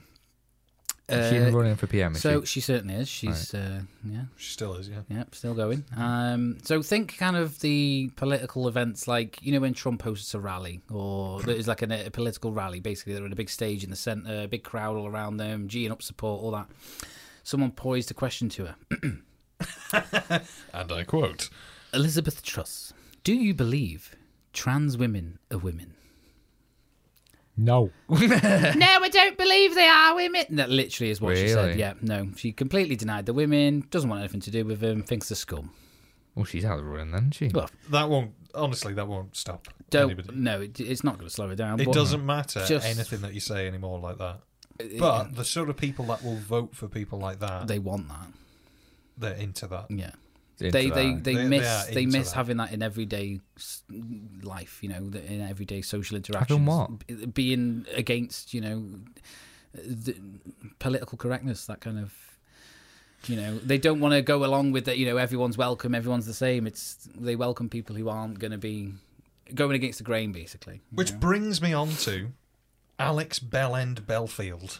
E: She's
D: Uh,
E: running for PM. Is
D: so
E: she?
D: she certainly is. She's uh, yeah,
A: she still is, yeah.
D: yeah, still going. Um, so think kind of the political events like you know when Trump hosts a rally or there's like an, a political rally. Basically, they're on a big stage in the center, a big crowd all around them, geeing up support, all that. Someone poised a question to her.
A: And I quote.
D: Elizabeth Truss, do you believe trans women are women?
E: No.
D: no, I don't believe they are women. That literally is what she said.
E: Really?
D: Yeah, no. She completely denied the women, doesn't want anything to do with them, thinks they're scum.
E: Well, she's out of the running then, isn't she?
D: Well,
A: That won't honestly that won't stop
D: Don't,
A: anybody.
D: no, it, it's not going to slow her down.
A: It
D: but
A: doesn't matter
D: Just- Uh,
A: anything that you say anymore like that. But the sort of people that will vote for people like that,
D: They Mm, want that.
A: they're into that.
D: Yeah.
E: Into
D: They, they,
E: that.
D: they
A: They-
D: miss
A: they are
D: they,
A: into
D: miss
A: that.
D: having that in everyday s- life, you know, the- in everyday social interactions.
E: what?
D: B- Being against, you know, the political correctness, that kind of, you know, they don't want to go along with that. You know, everyone's welcome, everyone's the same. It's they welcome people who aren't going to be going against the grain, basically.
A: Which brings me on to Alex Bellend Belfield.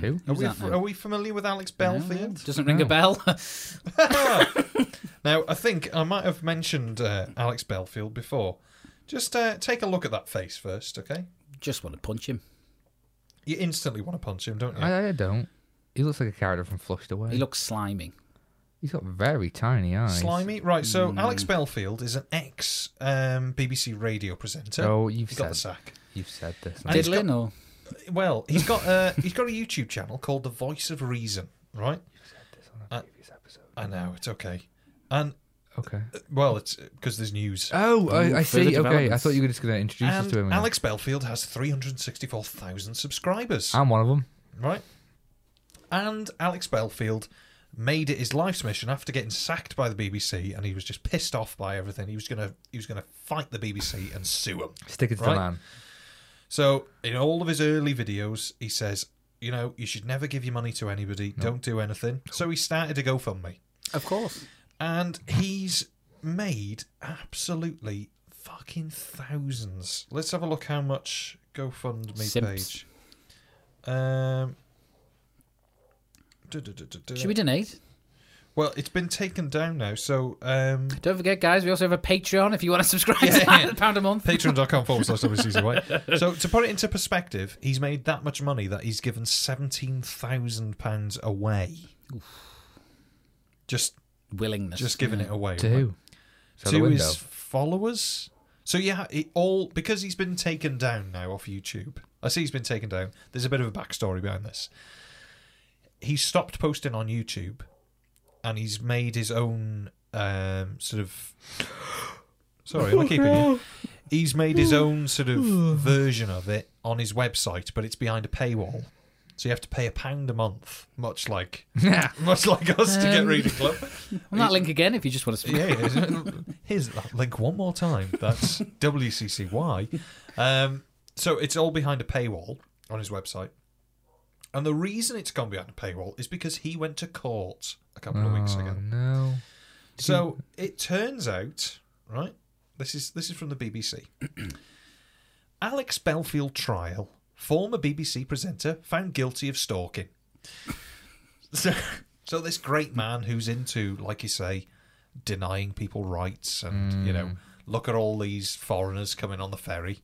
E: Who?
A: Are we,
D: that now?
A: are we familiar with Alex Belfield? Ah!
D: Doesn't ring a bell.
A: Now, I think I might have mentioned uh, Alex Belfield before. Just uh, take a look at that face first, okay?
D: Just want to punch him.
A: You instantly want to punch him, don't you?
E: I, I don't. He looks like a character from Flushed Away.
D: He looks slimy.
E: He's got very tiny eyes.
A: Slimy, right? So
D: Mm.
A: Alex Belfield is an ex um, BBC radio presenter.
E: Oh, you've
A: He got the
E: said-
A: sack.
E: You've said this.
A: And he's
D: Diddling or
A: Well, he's got a he's got a YouTube channel called The Voice of Reason, right? Uh, I know it's okay, and
E: Okay.
A: well, it's because there's news.
E: Oh, I,
D: further
E: I see. Okay, I
D: developments.
E: thought you were just going to introduce us
A: uh, and
E: to him. again.
A: Alex Belfield has three hundred sixty-four thousand subscribers,
E: I'm one of them.
A: right? And Alex Belfield made it his life's mission after getting sacked by the BBC, and he was just pissed off by everything. He was gonna he was gonna fight the BBC and sue them.
E: Stick it to the
A: Right.
E: man.
A: So in all of his early videos, he says, you know, you should never give your money to anybody. Don't do anything. So he started a GoFundMe,
D: Of course.
A: and he's made absolutely fucking thousands. Let's have a look how much GoFundMe
D: Simps.
A: page. Um. duh, duh, duh, duh, duh.
D: Should we donate?
A: Well, it's been taken down now, so um,
D: Don't forget, guys, we also have a Patreon if you want to subscribe to that at a pound a month.
A: patreon.com forward slash WCC White. So, to put it into perspective, he's made that much money that he's given £17,000 away. Just
D: Willingness.
A: just giving it away.
E: To
A: right?
E: who? Is that the
A: To
E: window?
A: his followers. So, yeah, it all because he's been taken down now off YouTube. I see he's been taken down. There's a bit of a backstory behind this. He stopped posting on YouTube and he's made his own um, sort of. Sorry, am I keeping you? he's made his own sort of version of it on his website, but it's behind a paywall. So you have to pay a pound a month, much like much like us to get
D: Um,
A: Reading Club.
D: On that link again if you just want to.
A: yeah, yeah. here's that link one more time. That's WCCY. Um, so it's all behind a paywall on his website. And the reason it's gone behind a paywall is because he went to court a couple of weeks ago.
E: Oh, no.
A: So it turns out, right? This is this is from the BBC. Alex Belfield trial. Former BBC presenter found guilty of stalking. So, so this great man who's into, like you say, denying people rights, and you know, look at all these foreigners coming on the ferry,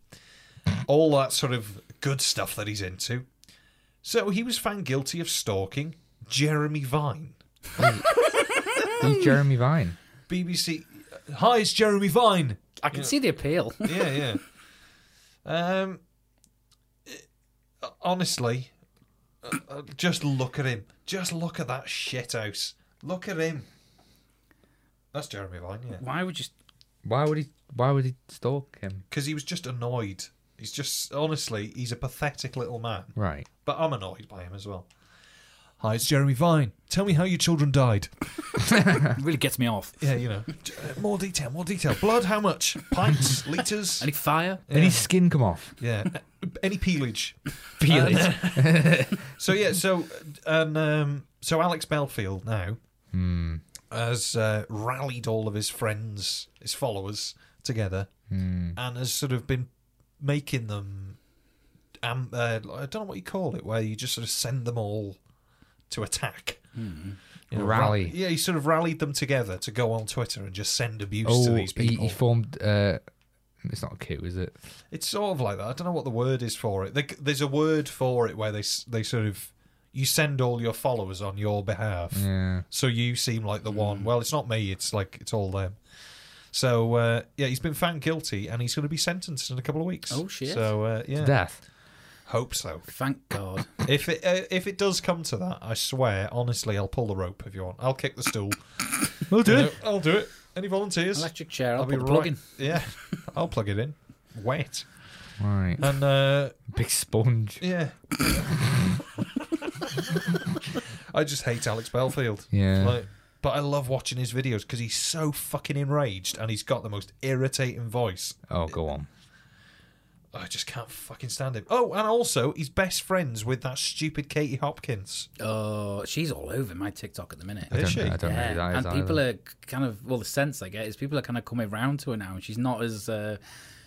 A: all that sort of good stuff that he's into. So he was found guilty of stalking Jeremy Vine.
E: Who's Jeremy Vine?
A: BBC. Hi, it's Jeremy Vine.
D: I can see the appeal.
A: Yeah, yeah. um, eh, honestly, uh, uh, just look at him. Just look at that shit house. Look at him. That's Jeremy Vine, yeah.
D: Why would you.
E: Why would he? Why would he stalk him?
A: Because he was just annoyed. He's just honestly, he's a pathetic little man.
E: Right.
A: But I'm annoyed by him as well. Hi, it's Jeremy Vine. Tell me how your children died. Ah.
D: It really gets me off.
A: Yeah, you know. J- uh, More detail, more detail. Blood, how much? Pints, litres?
D: Any fire?
E: Did his skin come off?
A: Yeah. Any peelage?
E: Feel it.
A: So yeah, so and um, so Alex Belfield now
E: Hmm.
A: has uh, rallied all of his friends, his followers together,
E: Hmm.
A: and has sort of been making them. Um, uh, I don't know what you call it, where you just sort of send them all to attack. You know,
E: Rally.
A: rall- yeah, he sort of rallied them together to go on Twitter and just send abuse to
E: Oh,
A: these
E: he,
A: people.
E: he formed. Uh, it's not a coup, is it?
A: It's sort of like that. I don't know what the word is for it. There- There's a word for it where they s- they sort of you send all your followers on your behalf,
D: Mm.
E: Yeah.
A: so you seem like the one. Well, it's not me. It's like it's all them. So uh, yeah, he's been found guilty, and he's going to be sentenced in a couple of weeks.
D: Oh, shit.
A: So uh, yeah,
E: Death.
A: hope so.
D: Thank God.
A: If it uh, if it does come to that, I swear, honestly, I'll pull the rope if you want. I'll kick the stool.
E: We'll
A: You know, I'll do it. Any volunteers?
D: Electric chair. I'll,
A: I'll
D: put
A: be
D: the plug
A: right.
D: in.
A: Yeah, I'll plug it in. Wet
E: Right.
A: and. uh
E: Big sponge.
A: Yeah. I just hate Alex Belfield.
E: Yeah.
A: Like, but I love watching his videos because he's so fucking enraged and he's got the most irritating voice.
E: Oh, go on.
A: I just can't fucking stand him. Oh, and also, he's best friends with that stupid Katie Hopkins.
D: Oh, she's all over my TikTok at the minute.
E: I
A: Is
E: don't,
A: she?
E: I don't know who that is.
D: and people
E: either.
D: are kind of well, the sense I get is people are kind of coming round to her now, and she's not as uh,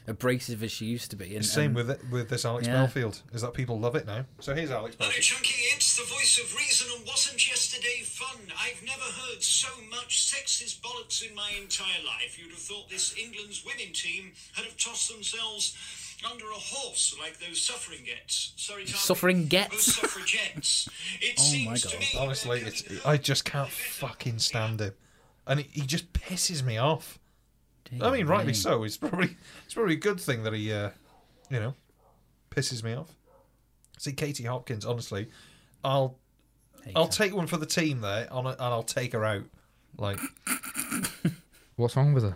D: abrasive as she used to be. And,
A: Same
D: and-
A: with it, with this Alex
D: Um, yeah.
A: Belfield. Is that people love it now? So here's Alex
I: Hello,
A: Belfield.
I: Chunky. It's the voice of reason, and wasn't yesterday fun? I've never heard so much sexist bollocks in my entire life. You'd have thought this England's women team had have tossed themselves under a horse like those suffragettes. Sorry, Tommy.
D: Suffragettes.
I: Those suffragettes. It
D: Oh
I: seems
D: my
I: to
D: God.
I: me they're
A: Honestly,
I: doing
A: it's
I: the
A: I just can't fucking stand him, and he, he just pisses me off. I mean, rightly so. It's probably it's probably a good thing that he, uh, you know, pisses me off. See Katie Hopkins, honestly, I'll I'll take one for the team there, on a, and I'll take her out. Like
E: What's wrong with her?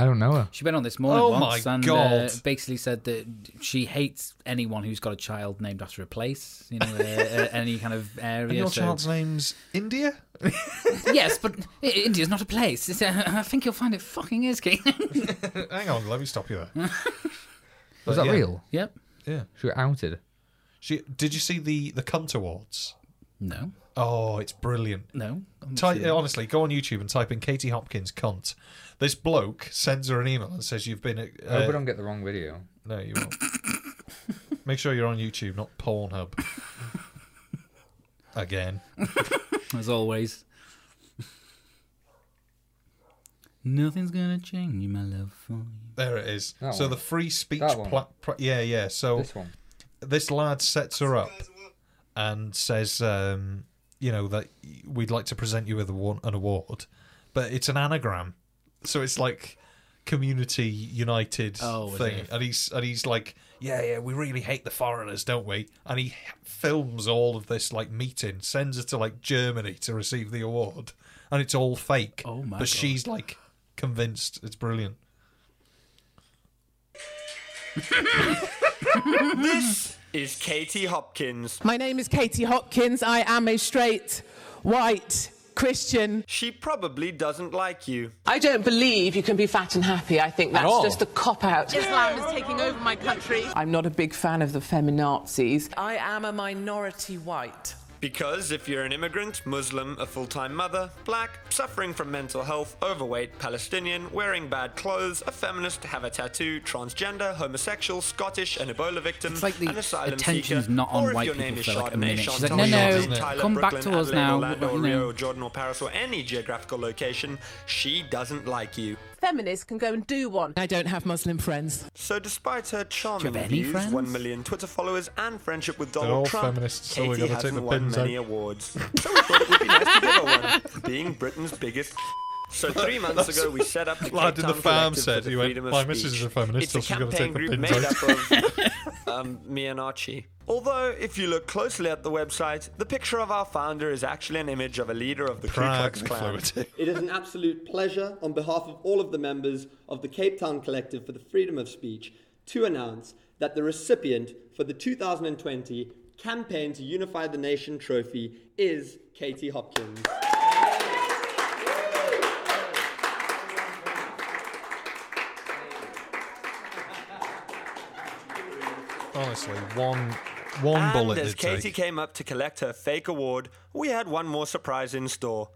E: I don't know her.
D: She went on this morning
A: Oh
D: once
A: my
D: and
A: God.
D: Uh, basically said that she hates anyone who's got a child named after a place, you know, uh, uh, any kind of area.
A: and your
D: so-
A: child's name's India.
D: yes, but I- India's not a place. It's, uh, I think you'll find it fucking is, Kate.
A: Uh, Hang on, let me stop you there. But
E: Was that
A: yeah,
E: real?
D: yep.
A: Yeah.
E: She got outed.
A: She did you see the the cunt awards?
D: No.
A: Oh, it's brilliant.
D: No. I'm
A: Type,
D: sure.
A: honestly, go on YouTube and type in Katie Hopkins cunt. This bloke sends her an email and says you've been. Uh,
E: I hope I don't get the wrong video.
A: No, you won't. Make sure you're on YouTube, not Pornhub. Again.
D: As always. Nothing's gonna change my love for you.
A: There it is.
E: That
A: so
E: one.
A: the free speech
E: That one.
A: pla- pla- yeah, yeah. So
E: This one.
A: this lad sets her up and says, um, you know, that we'd like to present you with a one- an award, but it's an anagram, so it's like community united
D: Oh, is
A: thing,
D: it?
A: and he's and he's like, yeah, yeah, we really hate the foreigners, don't we? And he films all of this like meeting, sends her to like Germany to receive the award, and it's all fake.
D: Oh
A: But
D: my God.
A: she's like convinced. It's brilliant.
B: Is Katie Hopkins.
J: My name is Katie Hopkins. I am a straight, white Christian.
B: She probably doesn't like you.
J: I don't believe you can be fat and happy. I think that's just a cop out. Islam is taking over my country. I'm not a big fan of the feminazis. I am a minority white.
B: Because if you're an immigrant, Muslim, a full time mother, black, suffering from mental health, overweight, Palestinian, wearing bad clothes, a feminist, have a tattoo, transgender, homosexual, Scottish, an Ebola victim,
D: It's like the
B: an asylum
D: attention's
B: seeker,
D: not on
B: or if
D: white
B: your name
D: people
B: is
D: for like a
B: Chardonnay,
D: minute. She's like,
B: Chantal,
D: "No, no,
B: Chantal, Tyler,
D: come back
B: Brooklyn,
D: to us
B: Adelaide,
D: now,
B: Orlando,
D: you know."
B: Rio, Jordan or Paris or any geographical location, she doesn't like you.
J: Feminists can go and do one. I don't have Muslim friends.
B: So, despite her
D: Do
B: charming
D: you have any
B: views,
D: friends?
B: one million Twitter followers, and friendship with
A: all
B: Donald Trump,
A: feminists, so we
B: Katie
A: gotta take
B: hasn't
A: the
B: won
A: pins eh?
B: many
A: out.
B: awards. So we thought it would be nice to give her one for being Britain's biggest. So three months ago, we set up the
A: Lad
B: Cape
A: in the
B: Town
A: farm
B: Collective
A: said,
B: for the
A: he went,
B: freedom of
A: "My missus
B: speech."
A: is a feminist,
B: It's a
A: so she's gotta take
B: campaign
A: the
B: group
A: pins eh?
B: made up of um, me and Archie. Although, if you look closely at the website, the picture of our founder is actually an image of a leader of the
A: Prague
B: Ku Klux Klan.
A: fluidity.
K: It is an absolute pleasure on behalf of all of the members of the Cape Town Collective for the Freedom of Speech to announce that the recipient for the 2020 Campaign to Unify the Nation trophy is Katie Hopkins.
A: Honestly, one one
B: and
A: bullet
B: as
A: did
B: Katie
A: take.
B: came up to collect her fake award, we had one more surprise in store.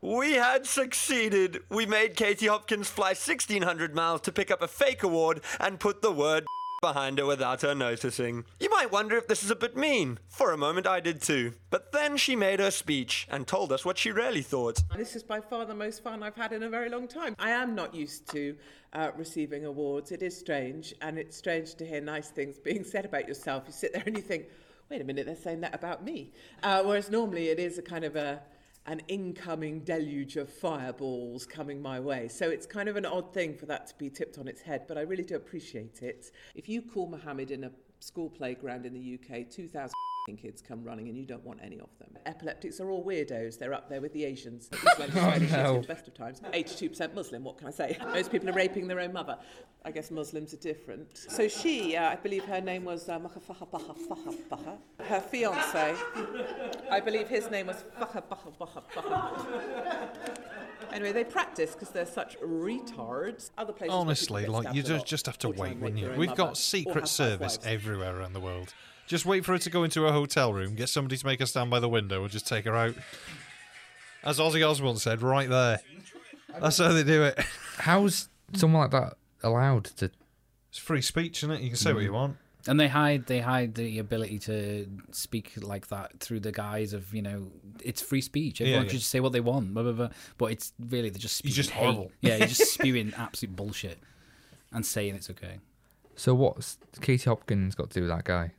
B: We had succeeded. We made Katie Hopkins fly 1,600 miles to pick up a fake award and put the word behind her without her noticing. You might wonder if this is a bit mean. For a moment, I did too. But then she made her speech and told us what she really thought.
J: This is by far the most fun I've had in a very long time. I am not used to uh, receiving awards. It is strange, and it's strange to hear nice things being said about yourself. You sit there and you think, wait a minute, they're saying that about me. Uh, whereas normally it is a kind of a an incoming deluge of fireballs coming my way. So it's kind of an odd thing for that to be tipped on its head, but I really do appreciate it. If you call Mohammed in a school playground in the UK, 2,000 kids come running and you don't want any of them. Epileptics are all weirdos. They're up there with the Asians. It's like
A: Oh,
J: Spanish is
E: no.
J: the best of times. 82% Muslim, what can I say? Most people are raping their own mother. I guess Muslims are different. So she, uh, I believe her name was uh, Makafaha Baha Faha Baha. Her fiance, I believe his name was Faha Baha Baha Baha. Anyway, they practice because they're such retards. Other places where
A: Honestly,
J: people get
A: like you
J: stabbed a
A: just
J: lot,
A: just have to
J: or try
A: wait,
J: and
A: wouldn't
J: rape
A: you?
J: their own
A: We've
J: mother, or
A: got secret
J: have
A: service
J: housewives.
A: everywhere around the world. Just wait for her to go into a hotel room, get somebody to make her stand by the window, and just take her out. As Ozzy Osbourne said, right there. That's how they do it.
E: How's someone like that allowed to?
A: It's free speech, isn't it? You can say what you want.
D: And they hide they hide the ability to speak like that through the guise of you know it's free speech. Everyone
A: yeah.
D: should just say what they want, blah blah blah. But it's really they're just spewing
A: just
D: hate.
A: horrible.
D: Yeah, you're just spewing absolute bullshit and saying it's okay.
E: So what's Katie Hopkins got to do with that guy?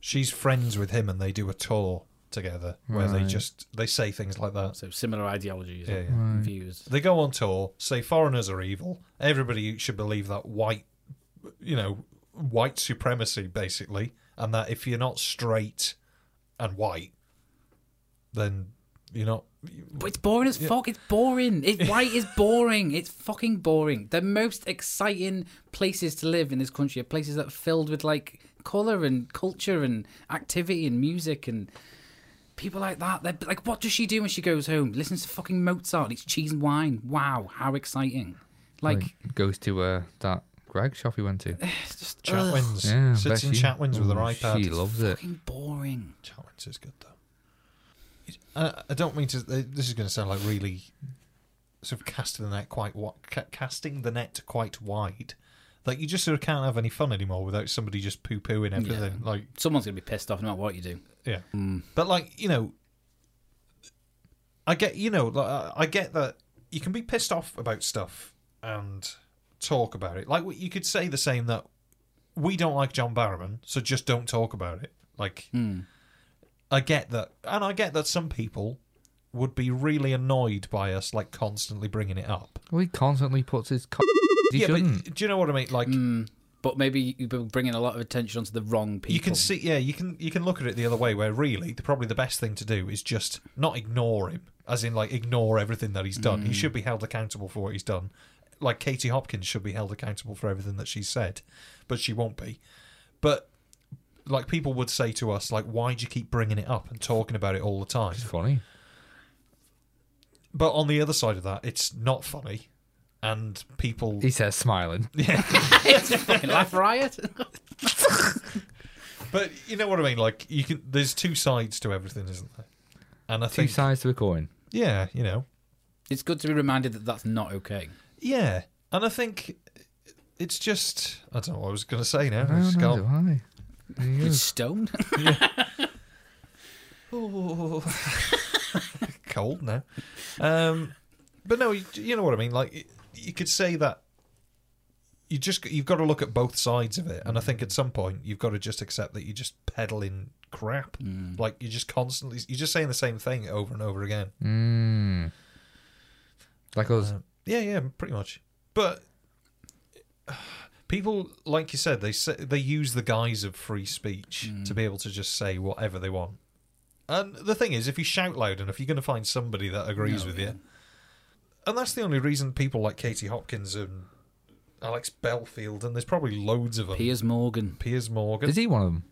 A: She's friends with him, and they do a tour. together where they
D: Right.
A: just they say things like that.
D: So similar ideologies,
A: yeah,
D: and
A: yeah.
D: views.
A: They go on tour, say foreigners are evil. Everybody should believe that white, you know, white supremacy basically, and that if you're not straight and white, then you're not.
D: But it's boring as
A: Yeah.
D: fuck. It's boring. It, white is boring. It's fucking boring. The most exciting places to live in this country are places that are filled with like color and culture and activity and music and people like that. They're like, what does she do when she goes home? Listens to fucking Mozart. It's cheese and wine. Wow, how exciting! Like,
B: goes to uh, that Greg shop he went to.
D: just
A: Chatwins.
B: Yeah,
A: Sits
B: bless
A: in
B: you.
A: Chatwins with her
B: Ooh,
A: iPad.
B: Oh, She loves it.
D: fucking boring.
A: Challenge is good though. It- I, I don't mean to. This is going to sound like really sort of casting the net quite wi- ca- casting the net quite wide. Like you just sort of can't have any fun anymore without somebody just poo pooing everything. Like
D: someone's gonna be pissed off no matter what you do.
A: yeah, but like you know, I get you know like, I- I get that you can be pissed off about stuff and talk about it. Like you could say the same that we don't like John Barrowman, so just don't talk about it. Like I get that, and I get that some people would be really annoyed by us like constantly bringing it up.
B: Well, he constantly puts his. Co- he
A: yeah,
B: shouldn't.
A: but do you know what I mean? Like
D: But maybe you've been bringing a lot of attention onto the wrong people.
A: you can see, yeah, you can you can look at it the other way, where really the, probably the best thing to do is just not ignore him, as in like ignore everything that he's done. He
B: Mm.
A: should be held accountable for what he's done. Like Katie Hopkins should be held accountable for everything that she said, but she won't be. But like people would say to us, like, why do you keep bringing it up and talking about it all the time? It's
B: funny.
A: But on the other side of that, it's not funny, and people.
B: He says smiling.
A: Yeah.
D: it's a fucking laugh riot.
A: But you know what I mean. Like you can. There's two sides to everything, isn't there? And I
B: Two
A: think.
B: sides to a coin.
A: Yeah, you know.
D: It's good to be reminded that that's not okay.
A: Yeah, and I think it's just. I don't know what I was going to say now.
B: No,
A: It's
B: neither
A: gone.
B: do I. There you
D: You're
B: go.
D: stoned.
A: cold now. Um, but no, you, you know what I mean. Like you, you could say that you just you've got to look at both sides of it, and I think at some point you've got to just accept that you're just peddling crap. Like you're just constantly you're just saying the same thing over and over again.
B: Mm. Like us.
A: Yeah, yeah, pretty much. But people, like you said, they say, they use the guise of free speech
D: Mm.
A: to be able to just say whatever they want. And the thing is, if you shout loud enough, you're going to find somebody that agrees
D: Oh,
A: with you. And that's the only reason people like Katie Hopkins and Alex Belfield, and there's probably loads of them.
D: Piers Morgan.
A: Piers Morgan.
B: Is he one of them?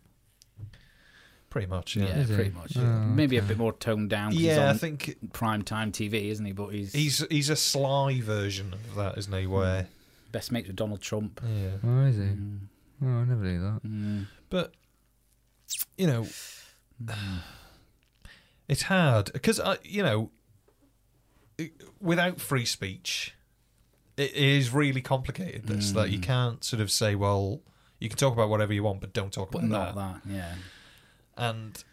A: Pretty much, yeah.
D: Yeah, pretty much. yeah. Maybe a bit more toned down. 'cause he's
A: Yeah, I
D: on
A: think
D: prime time TV, isn't he? But he's
A: He's he's a sly version of that, isn't he?
D: Hmm.
A: Where
D: best mates with Donald Trump.
A: Yeah.
B: Oh, is he?
A: Mm.
B: Oh, I never knew that.
A: But you know, it's hard because I, you know, it- without free speech, it is really complicated. This that
D: Mm.
A: you can't sort of say, well, you can talk about whatever you want, but don't talk
D: But
A: about
D: not
A: that.
D: that. Yeah.
A: And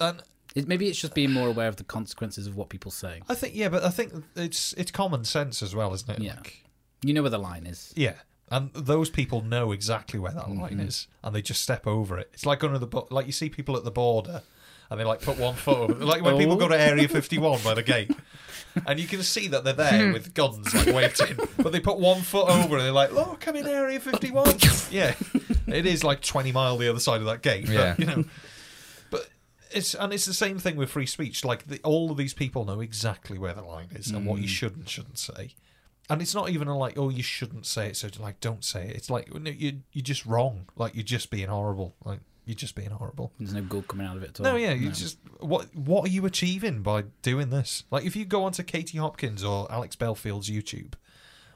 A: and
D: It, maybe it's just being more aware of the consequences of what people say.
A: I think yeah, but I think it's it's common sense as well, isn't it?
D: Yeah.
A: Like,
D: You know where the line is.
A: yeah. And those people know exactly where that
B: Mm-hmm.
A: line
D: Mhm.
A: is, and they just step over it. It's like under the bo- like you see people at the border, and they like put one foot over, like when people
B: Oh.
A: go to Area Fifty One by the gate, and you can see that they're
B: Hmm.
A: there with guns like waiting, but they put one foot over and they're like, "Look, I'm in Area 51." yeah, it is like twenty mile the other side of that gate.
B: Yeah.
A: but, you know. But it's and it's the same thing with free speech. Like the, all of these people know exactly where the line is and what you
B: Mm.
A: should and shouldn't say. And it's not even a, like, oh, you shouldn't say it, so like, don't say it. It's like, no, you you're just wrong. Like you're just being horrible. Like you're just being horrible.
D: There's no good coming out of it at all.
A: No, yeah, you just what what are you achieving by doing this? Like if you go onto Katie Hopkins or Alex Belfield's YouTube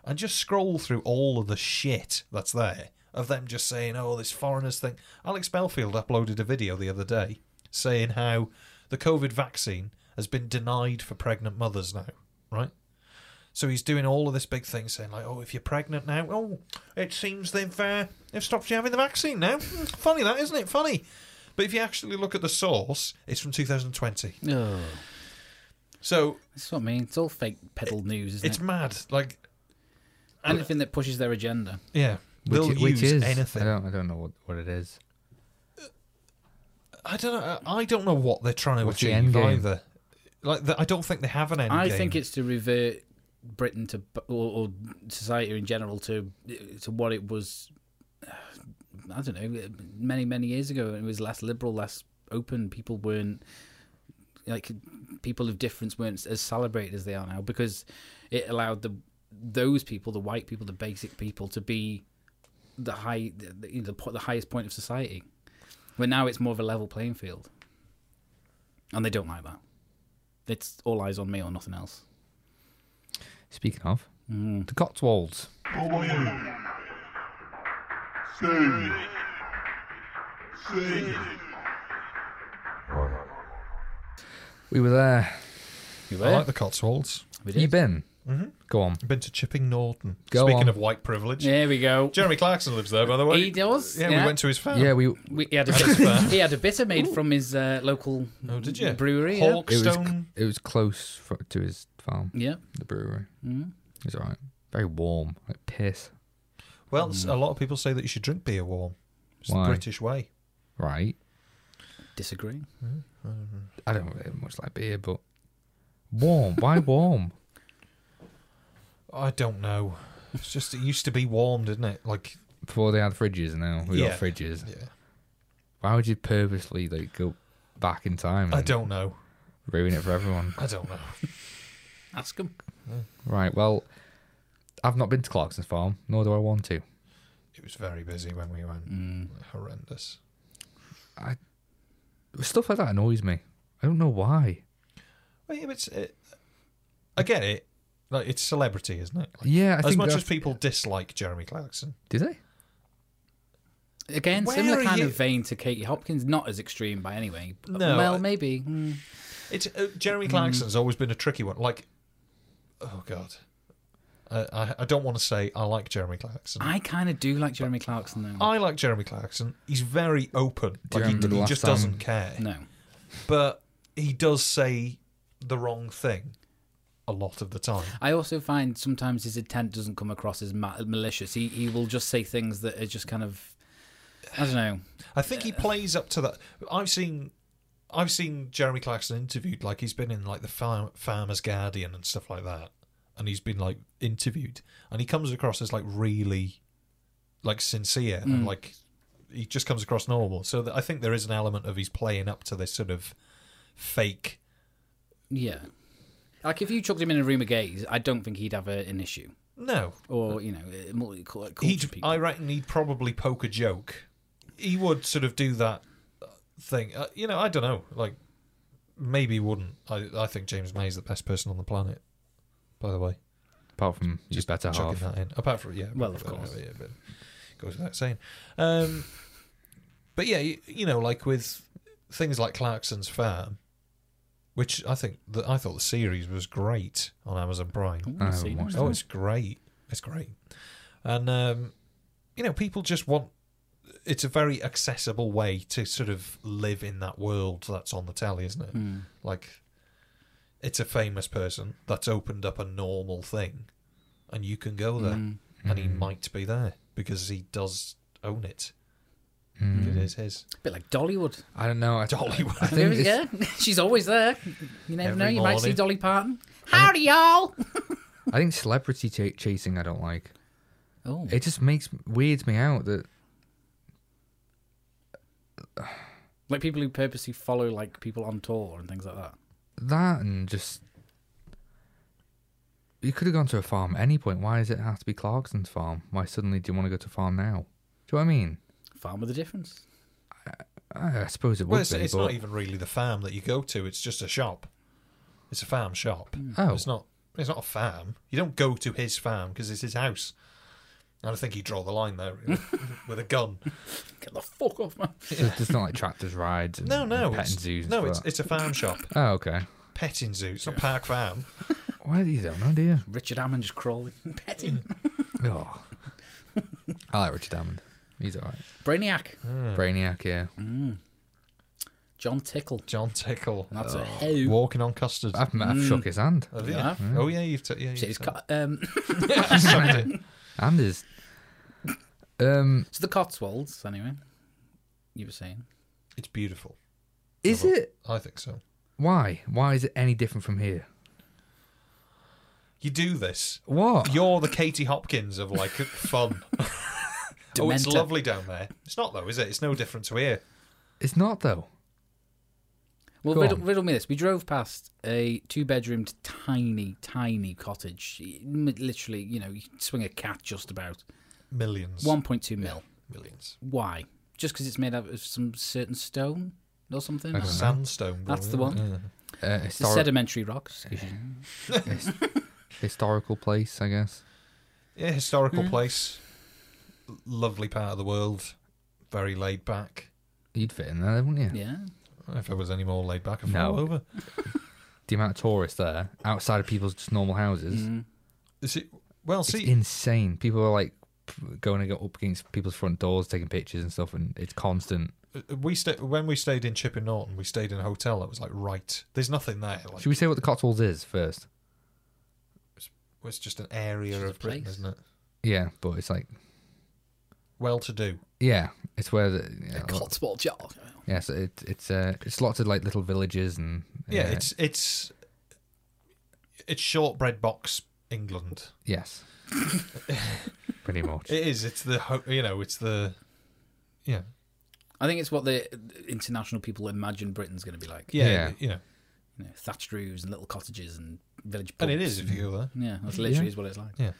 A: and just scroll through all of the shit that's there of them just saying, "Oh, this foreigners thing." Alex Belfield uploaded a video the other day saying how the COVID vaccine has been denied for pregnant mothers now, right? So he's doing all of this big thing, saying like, "Oh, if you're pregnant now, oh, it seems they've uh, they've stopped you having the vaccine now." Hmm, Funny that, isn't it? Funny. But if you actually look at the source, it's from 2020.
D: Oh.
A: So
D: that's what I mean. It's all fake peddle news, isn't
A: It's
D: it?
A: mad. Like
D: anything that pushes their agenda.
A: Yeah.
B: Which,
A: They'll
B: i- which
A: use
B: is
A: anything.
B: I don't. I don't know what, what it is.
A: I don't know. I don't know what they're trying to
E: What's the
A: achieve
E: end game?
A: either. Like, the, I don't think they have an end
D: I
A: game.
D: think it's to revert Britain to or, or society in general to to what it was. uh, I don't know, many many years ago, when it was less liberal, less open. People weren't like people of difference weren't as celebrated as they are now because it allowed the those people, the white people, the basic people, to be the high the, you know, the, po- the highest point of society. Where now it's more of a level playing field, and they don't like that. It's all eyes on me or nothing else.
E: Speaking of,
A: Hmm.
E: the Cotswolds.
L: Sing. Sing.
E: We were there.
D: You
A: I like the Cotswolds.
E: You been?
A: Mhm.
E: Go on.
A: Been to Chipping Norton.
E: Go
A: Speaking
E: on.
A: of white privilege,
D: There we go.
A: Jeremy Clarkson lives there, by the way.
D: He does.
A: Yeah, we went to his farm.
E: Yeah, we-
D: he had a
A: At his
D: bitter,
A: fair.
D: he had a bitter made from his uh, local
A: Oh, did you?
D: brewery. yeah.
A: Hawk
E: It was,
A: Stone.
E: it was close fro- to his farm.
D: Yeah.
E: The brewery.
A: Mm-hmm.
D: Mhm.
E: It was alright. Very warm, like piss.
A: Well, s- a lot of people say that you should drink beer warm. It's
E: Why?
A: the British way.
E: Right.
D: Disagree.
E: I don't really much like beer, but warm. Why warm?
A: I don't know. It's just it used to be warm, didn't it? Like
E: Before they had fridges, now we
A: Yeah.
E: got fridges.
A: Yeah.
E: Why would you purposely like go back in time?
A: I
E: and
A: don't know.
E: Ruin it for everyone.
A: I don't know.
D: Ask him.
E: Right. Well, I've not been to Clarkson's farm, nor do I want to.
A: It was very busy when we went.
E: Mm.
A: Horrendous.
E: I stuff like that annoys me. I don't know why.
A: Well, yeah, but it's, it, I get it. Like it's celebrity, isn't it? Like,
E: Yeah, I
A: as
E: think
A: much
E: that's-
A: as people dislike Jeremy Clarkson,
E: Do they?
D: Again,
A: Where
D: similar
A: are
D: kind
A: you-
D: of vein to Katie Hopkins, not as extreme by any way. but-
A: No,
D: well,
A: I-
D: maybe. Mm.
A: it's uh,
E: Mm.
A: Jeremy Clarkson's always been a tricky one. Like, oh god, uh, I I don't want to say I like Jeremy Clarkson.
D: I kind of do like Jeremy Clarkson though.
A: I like Jeremy Clarkson. He's very open.
E: Do you
A: Like, he,
E: remember the
A: he
E: last
A: just
E: time-
A: doesn't care.
D: No,
A: But he does say the wrong thing a lot of the time.
D: I also find sometimes his intent doesn't come across as ma- malicious. He he will just say things that are just kind of I don't know.
A: I think he plays up to that. I've seen, I've seen Jeremy Clarkson interviewed. Like he's been in like the farm, Farmer's Guardian and stuff like that, and he's been like interviewed, and he comes across as like really, like sincere and
E: Mm.
A: like he just comes across normal. So that I think there is an element of he's playing up to this sort of fake.
D: Yeah, like if you chucked him in a room of gays, I don't think he'd have a, an issue.
A: No,
D: Or you know, uh, multi culture
A: he'd,
D: people.
A: I reckon he'd probably poke a joke. He would sort of do that uh, thing. Uh, you know, I don't know. Like, maybe he wouldn't. I, I think James May is the best person on the planet. By the way,
E: Apart from just better
A: chucking
E: half.
A: that in. Apart from yeah,
D: Well, of
A: uh,
D: course.
A: yeah, but goes without saying. Um, but yeah, you, you know, like with things like Clarkson's Farm, which I think that I thought the series was great on Amazon Prime.
E: I haven't seen watched it.
A: Oh, it's great. It's great. And um, you know, people just want it's a very accessible way to sort of live in that world that's on the telly, isn't it?
D: Mm.
A: Like it's a famous person that's opened up a normal thing and you can go there
D: Mm.
A: and
E: Hmm.
A: he might be there because he does own it.
E: Mm.
A: It is his.
D: bit like Dollywood.
E: I don't know. I,
A: Dollywood.
E: I think it's-
D: yeah, she's always there. You never
A: Every
D: know. You might see
A: morning.
D: Dolly Parton. Howdy, y'all.
E: I think celebrity ch- chasing I don't like.
D: Oh,
E: It just makes weirds me out that
D: like people who purposely follow like people on tour and things like that.
E: that and just you could have gone to a farm at any point. Why does it have to be Clarkson's farm? Why suddenly do you want to go to a farm now? Do you know what I mean?
D: Farm with a difference.
E: I, I suppose it would
A: Well, it's,
E: be.
A: it's
E: but
A: not even really the farm that you go to. It's just a shop. It's a farm shop.
E: Oh.
A: it's not. It's not a farm. You don't go to his farm because it's his house. I don't think you draw the line there really, with a gun.
D: Get the fuck off, man.
E: it's just not like tractors, rides, and,
A: No, no,
E: and pet
A: it's,
E: and zoos. and
A: no,
E: stuff
A: it's
E: like
A: it's a farm shop.
E: that. Oh, okay.
A: Petting zoo. It's not Park Farm.
E: Why do you don't know, do you?
D: Richard Hammond just crawling, petting.
E: Oh. I like Richard Hammond. He's alright.
D: Brainiac.
A: Hmm.
E: Brainiac, yeah.
D: John Tickle.
A: John Tickle.
D: That's a
A: Oh.
D: hell.
A: Walking on custard.
E: I've, I've
D: Mm.
E: shook his hand.
A: Have you?
D: Yeah.
A: Oh yeah, you've. T- yeah, you've
D: So he's
A: t-
D: co- um,
A: Something.
E: And his. Um,
D: so the Cotswolds, anyway. You were saying
A: It's beautiful.
E: Is it?
A: I think so.
E: Why? Why is it any different from here?
A: You do this.
E: What?
A: You're the Katie Hopkins of like fun. oh, it's
E: Dementor.
A: lovely down there. It's not though, is it? It's no different to here.
E: It's not though.
D: Well,
E: Go
D: riddle,
E: on.
D: riddle me this. We drove past a two bedroom, tiny, tiny cottage. M- Literally, you know, you could swing a cat just about.
A: Millions.
D: 1.2 mil.
A: Millions.
D: Why? Just because it's made out of some certain stone or something?
A: I don't know. Sandstone,
D: That's the
A: probably,
D: one.
E: yeah. Uh,
D: it's
E: historic-
D: sedimentary rock. excuse me.
E: His- historical place, I guess.
A: Yeah, historical
E: Mm.
A: place. L- Lovely part of the world. Very laid back.
E: You'd fit in there, wouldn't you?
D: Yeah.
A: If I was any more laid back, I'd
E: No.
A: fall over.
E: The amount of tourists there, outside of people's just normal houses,
A: Is it? Well,
E: it's
A: see,
E: insane. People are like p- going to go up against people's front doors, taking pictures and stuff, and it's constant.
A: uh, we sta when we stayed in Chipping Norton, we stayed in a hotel that was like right. There's nothing there. Like,
E: Should we say what the Cotswolds is first?
A: it's just an area of Britain, isn't it?
E: Yeah, but it's like
A: Well to do.
E: yeah, it's where the yeah, lot-
D: Cotswold, yeah.
E: Yeah, so it, it's uh, it's lots of like little villages and
A: Yeah,
E: uh,
A: it's it's it's shortbread box England.
E: yes, pretty much.
A: It is. It's the ho- you know. It's the yeah.
D: I think it's what the international people imagine Britain's going to be like.
A: Yeah, Yeah. you know.
D: You know, thatched roofs and little cottages and village
A: And it
D: pubs
A: is if you go there.
D: Yeah, that's literally
A: Oh, Yeah.
D: is what it's like.
A: Yeah.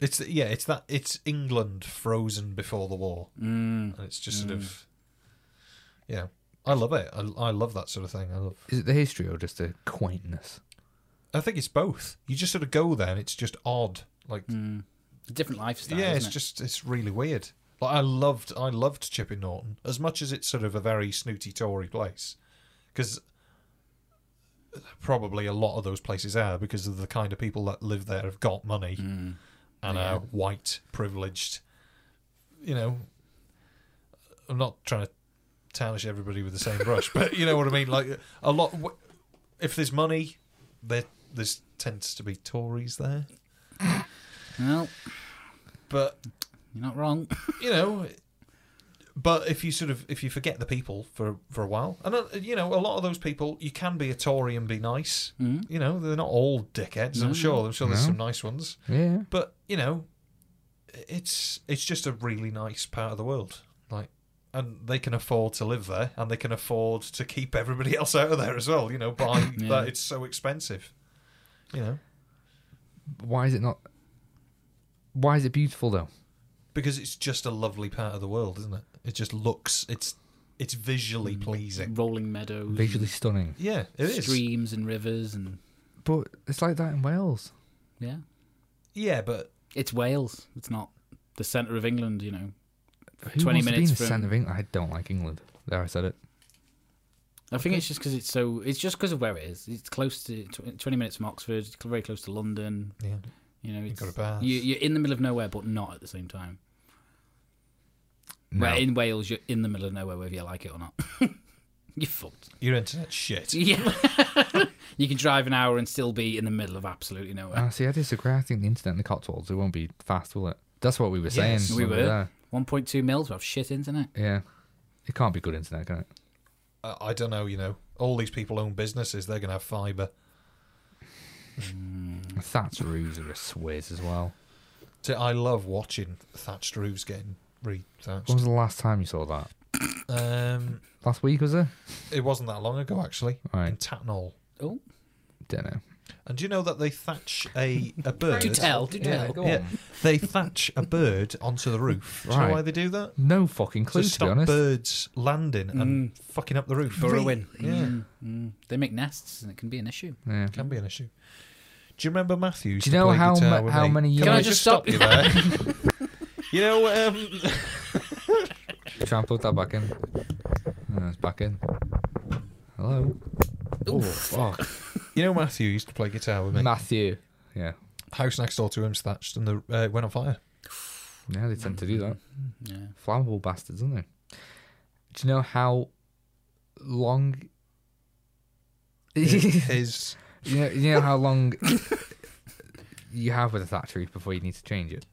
A: It's yeah. It's that. It's England frozen before the war,
D: Mm.
A: and it's just sort
D: Mm.
A: of yeah. I love it. I, I love that sort of thing. I love.
E: Is it the history or just the quaintness?
A: I think it's both. You just sort of go there, and it's just odd. Like
D: It's a different lifestyle.
A: yeah,
D: isn't
A: it's
D: it?
A: just it's really weird. Like I loved I loved Chipping Norton as much as it's sort of a very snooty Tory place, because probably a lot of those places are because of the kind of people that live there have got money and
B: Yeah.
A: are white privileged. You know, I'm not trying to tarnish everybody with the same brush, but you know what I mean. Like a lot, if there's money, there there's tends to be Tories there.
D: Well,
A: but
D: you're not wrong.
A: you know, but if you sort of if you forget the people for for a while, and uh, you know, a lot of those people, you can be a Tory and be nice.
B: Mhm.
A: You know, they're not all dickheads. I'm
B: No.
A: sure. I'm sure there's
B: No.
A: some nice ones.
B: Yeah.
A: But you know, it's it's just a really nice part of the world. Like, and they can afford to live there, and they can afford to keep everybody else out of there as well. You know, by
B: Yeah.
A: that it's so expensive. You know,
E: Why is it not? Why is it beautiful though?
A: because it's just a lovely part of the world, isn't it? It just looks it's it's
B: Mm.
A: visually pleasing.
D: Rolling meadows,
E: Visually stunning.
A: Yeah, it is.
D: streams and rivers and
E: But it's like that in Wales.
D: yeah.
A: Yeah, but
D: it's Wales. It's not the centre of England. You know,
E: Who
D: twenty
E: wants to be
D: minutes
E: in the
D: from.
E: centre of England? I don't like England. There, I said it.
D: I think it's just because it's so. It's just because of where it is. It's close to tw- twenty minutes from Oxford. It's very close to London.
A: Yeah.
D: You know, it's,
A: got a bath.
D: You, you're in the middle of nowhere, but not at the same time.
E: No.
D: Where in Wales, you're in the middle of nowhere, whether you like it or not. you're fucked.
A: Your internet shit.
D: Yeah. you can drive an hour and still be in the middle of absolutely nowhere.
E: Ah, see, I disagree. I think the internet in the Cotswolds it won't be fast, will it? That's what we were saying.
D: Yes, we
E: when
D: were. 1.2 mils of shit internet.
E: there. Yeah, it can't be good internet, can it?
A: I, I don't know. You know, all these people own businesses. They're gonna have fibre.
E: Thatch roofs are a swizz as well.
A: So I love watching thatched roofs getting re-thatched.
E: When was the last time you saw that?
A: Um,
E: Last week was it?
A: it wasn't that long ago actually.
E: Right.
A: In Tatnall.
D: Oh.
E: Don't know.
A: And do you know that they thatch a, a bird?
D: Do tell, do
A: Yeah,
D: tell. Go
A: yeah.
D: on.
A: They thatch a bird onto the roof. Do you know why they do that?
E: No fucking clue,
A: to
E: to,
A: stop
E: be honest.
A: birds landing and
D: Mm.
A: fucking up the roof.
D: Burrowing.
A: Yeah.
D: Mm, mm. They make nests and it can be an issue.
E: Yeah.
A: Can be an issue. Do you remember Matthews?
E: Do you
A: to
E: know
A: play
E: how
A: guitar
E: ma-
A: with
E: how
A: me?
E: many
A: Can I
E: years-
A: just stop you there? you know, um,
E: Try and plug that back in. No, it's back in. Hello. Oh fuck.
A: you know Matthew used to play guitar with me.
E: Matthew. Yeah.
A: House next door to him's thatched and the uh, it went on fire.
E: Yeah, they tend to do that.
D: Yeah.
E: Flammable bastards, aren't they? Do you know how long
A: his?
E: You know, you know how long you have with a thatch roof before you need to change it.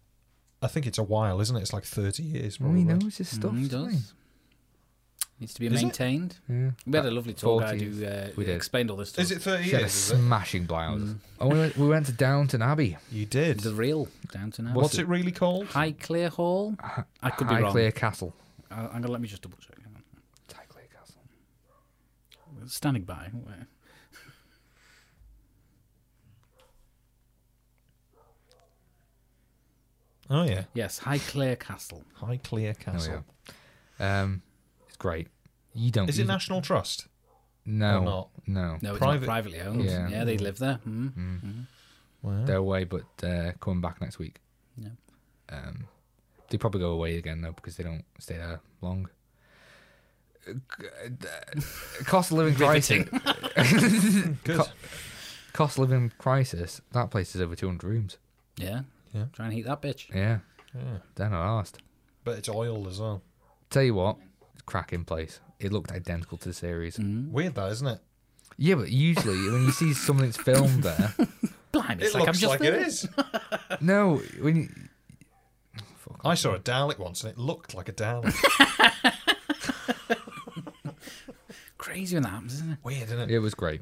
A: I think it's a while, isn't it? It's like thirty years.
E: Well, he
A: probably.
D: Mm-hmm,
E: knows his stuff.
D: Mm, he
E: doesn't
D: does. Needs to be
E: Is it?
D: maintained.
E: Yeah.
D: We had a lovely tour guide
E: 40s.
D: who uh,
E: We did.
D: explained all this to
A: Is
D: us.
A: it 30
E: She had a
A: years, is it?
E: smashing blouse.
D: Mm.
E: Oh, we went, we went to Downton Abbey.
A: You did.
D: The real Downton Abbey.
A: What's it really called?
D: Highclere Hall. I could be wrong.
E: Highclere Castle.
D: I- I'm gonna let me just double check. Hang on. Highclere Castle. Standing by. Where?
A: Oh yeah.
D: Yes, Highclere Castle.
A: Highclere
E: There we are. Um, it's great. You don't.
A: Is it
E: you-
A: National Trust?
E: No.
A: Or not?
E: No.
D: No, it's not privately owned. Yeah, they live there. Mhm. Mhm.
A: Wow.
E: They're away, but uh, coming back next week.
D: Yeah.
E: Um, they probably go away again though because they don't stay there long. Uh, c- uh, cost of living crisis.
D: Good.
E: Co- cost of living crisis. That place is over two hundred rooms.
D: Yeah.
A: Yeah.
D: Try and heat that bitch.
E: Yeah.
A: Yeah.
E: Then I asked.
A: But it's oil as well.
E: Tell you what, cracking place. It looked identical to the series.
A: Weird that, isn't it?
E: Yeah, but usually when you see something that's filmed there,
D: Blimey, it's
A: it
D: like I'm
A: looks
D: just
A: like
D: there.
A: it is.
E: no, when you,
A: I saw a Dalek once and it looked like a Dalek.
D: Crazy when that happens, isn't it?
A: Weird, isn't it?
E: it was great.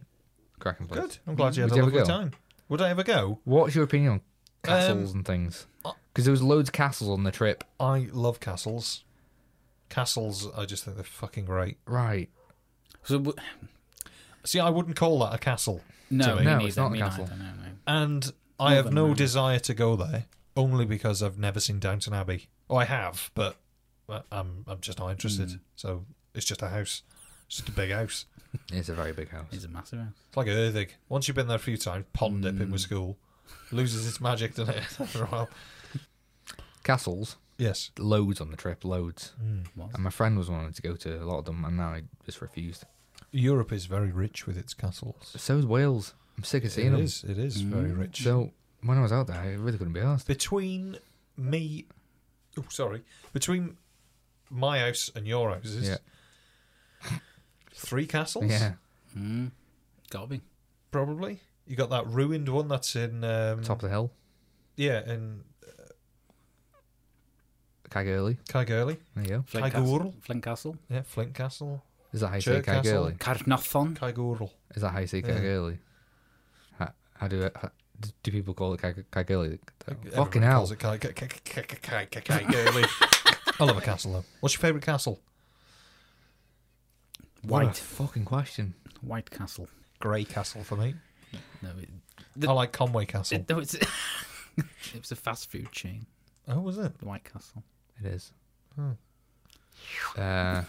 E: Cracking place.
A: Good. I'm glad you had
E: Would
A: a
E: ever
A: lovely
E: go?
A: time. Would I ever go?
E: What's your opinion on castles
A: Um,
E: and things? Because there was loads of castles on the trip.
A: I love castles. Castles, I just think they're fucking great.
E: Right.
D: So, w-
A: See, I wouldn't call that a castle. to
D: no,
A: me.
D: me neither,
E: it's not a
D: me
E: castle.
D: neither, no, no.
A: And I
D: More
A: have
D: than
A: no
D: that.
A: desire to go there, only because I've never seen Downton Abbey. Oh, I have, but uh, I'm I'm just not interested.
E: Hmm.
A: So it's just a house, it's just a big house.
E: It's a very big house.
D: It's a massive house.
A: It's like Erthig. Once you've been there a few times, pond dipping
E: Hmm.
A: with school loses its magic, doesn't it? After a while.
E: Castles.
A: Yes.
E: Loads on the trip, loads.
A: Mm.
D: Was.
E: And my friend was wanting to go to a lot of them, and now he just refused.
A: Europe is very rich with its castles.
E: So is Wales. I'm sick of
A: It
E: seeing them.
A: is. It
E: Hmm.
A: is very rich.
E: So when I was out there, I really couldn't be asked.
A: between me oh sorry between my house and your houses
E: Yeah.
A: three castles
E: Yeah.
D: Mm. Gotta be.
A: probably you got that ruined one that's in um,
E: Top of the hill,
A: yeah in
E: Cagurly.
A: Caergurly
E: There you go.
D: Flint Castle. Flint Castle.
A: yeah Flint Castle
E: Is that how you say
A: Chirk Castle
E: Cagurly?
D: Carnarvon.
A: Caergurl
E: Is that how you say
A: Yeah.
E: Cagurly? How, how do it, how, do people call it Cag- Cagurly? Fucking
A: Everyone
E: hell.
A: calls it Caer- Caer- Caer- Caer- Caer- Caergurly I love a castle though what's your favourite castle
E: What a
D: White.
E: fucking question.
D: White Castle.
A: Grey Castle for me
D: No, it,
A: I like Conway Castle
D: it, no it's, it was a fast food chain.
A: oh was it
D: The White Castle.
E: It is.
A: Hmm.
E: Uh,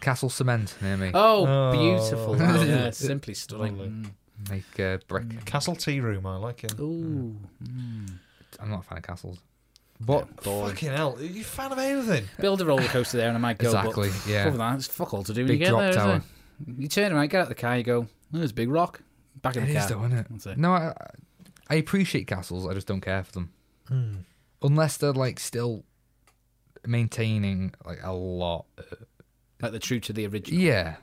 E: Castle Cement near me.
D: Oh,
A: Oh,
D: beautiful.
A: wow.
D: yeah, simply stunning.
A: Lovely.
D: Mm.
E: Make uh, brick.
A: Castle Tea Room I like it
D: Ooh. Mm.
E: I'm not a fan of castles. What?
A: fucking hell are you a fan of anything
D: Build a roller coaster there and I might go.
E: Mm. Exactly,
D: But
E: yeah.
D: Other than that, it's fuck all to do when
E: Big
D: you get
E: drop
D: there, isn't
E: tower.
D: it? You turn around, get out the car, you go, oh, there's a big rock. Back in
E: It
D: the car.
E: is though, isn't it?
D: That's it.
E: No, I, I appreciate castles. I just don't care for them.
A: Hmm.
E: Unless they're like still maintaining like a lot.
D: Like the true to the original.
E: Yeah.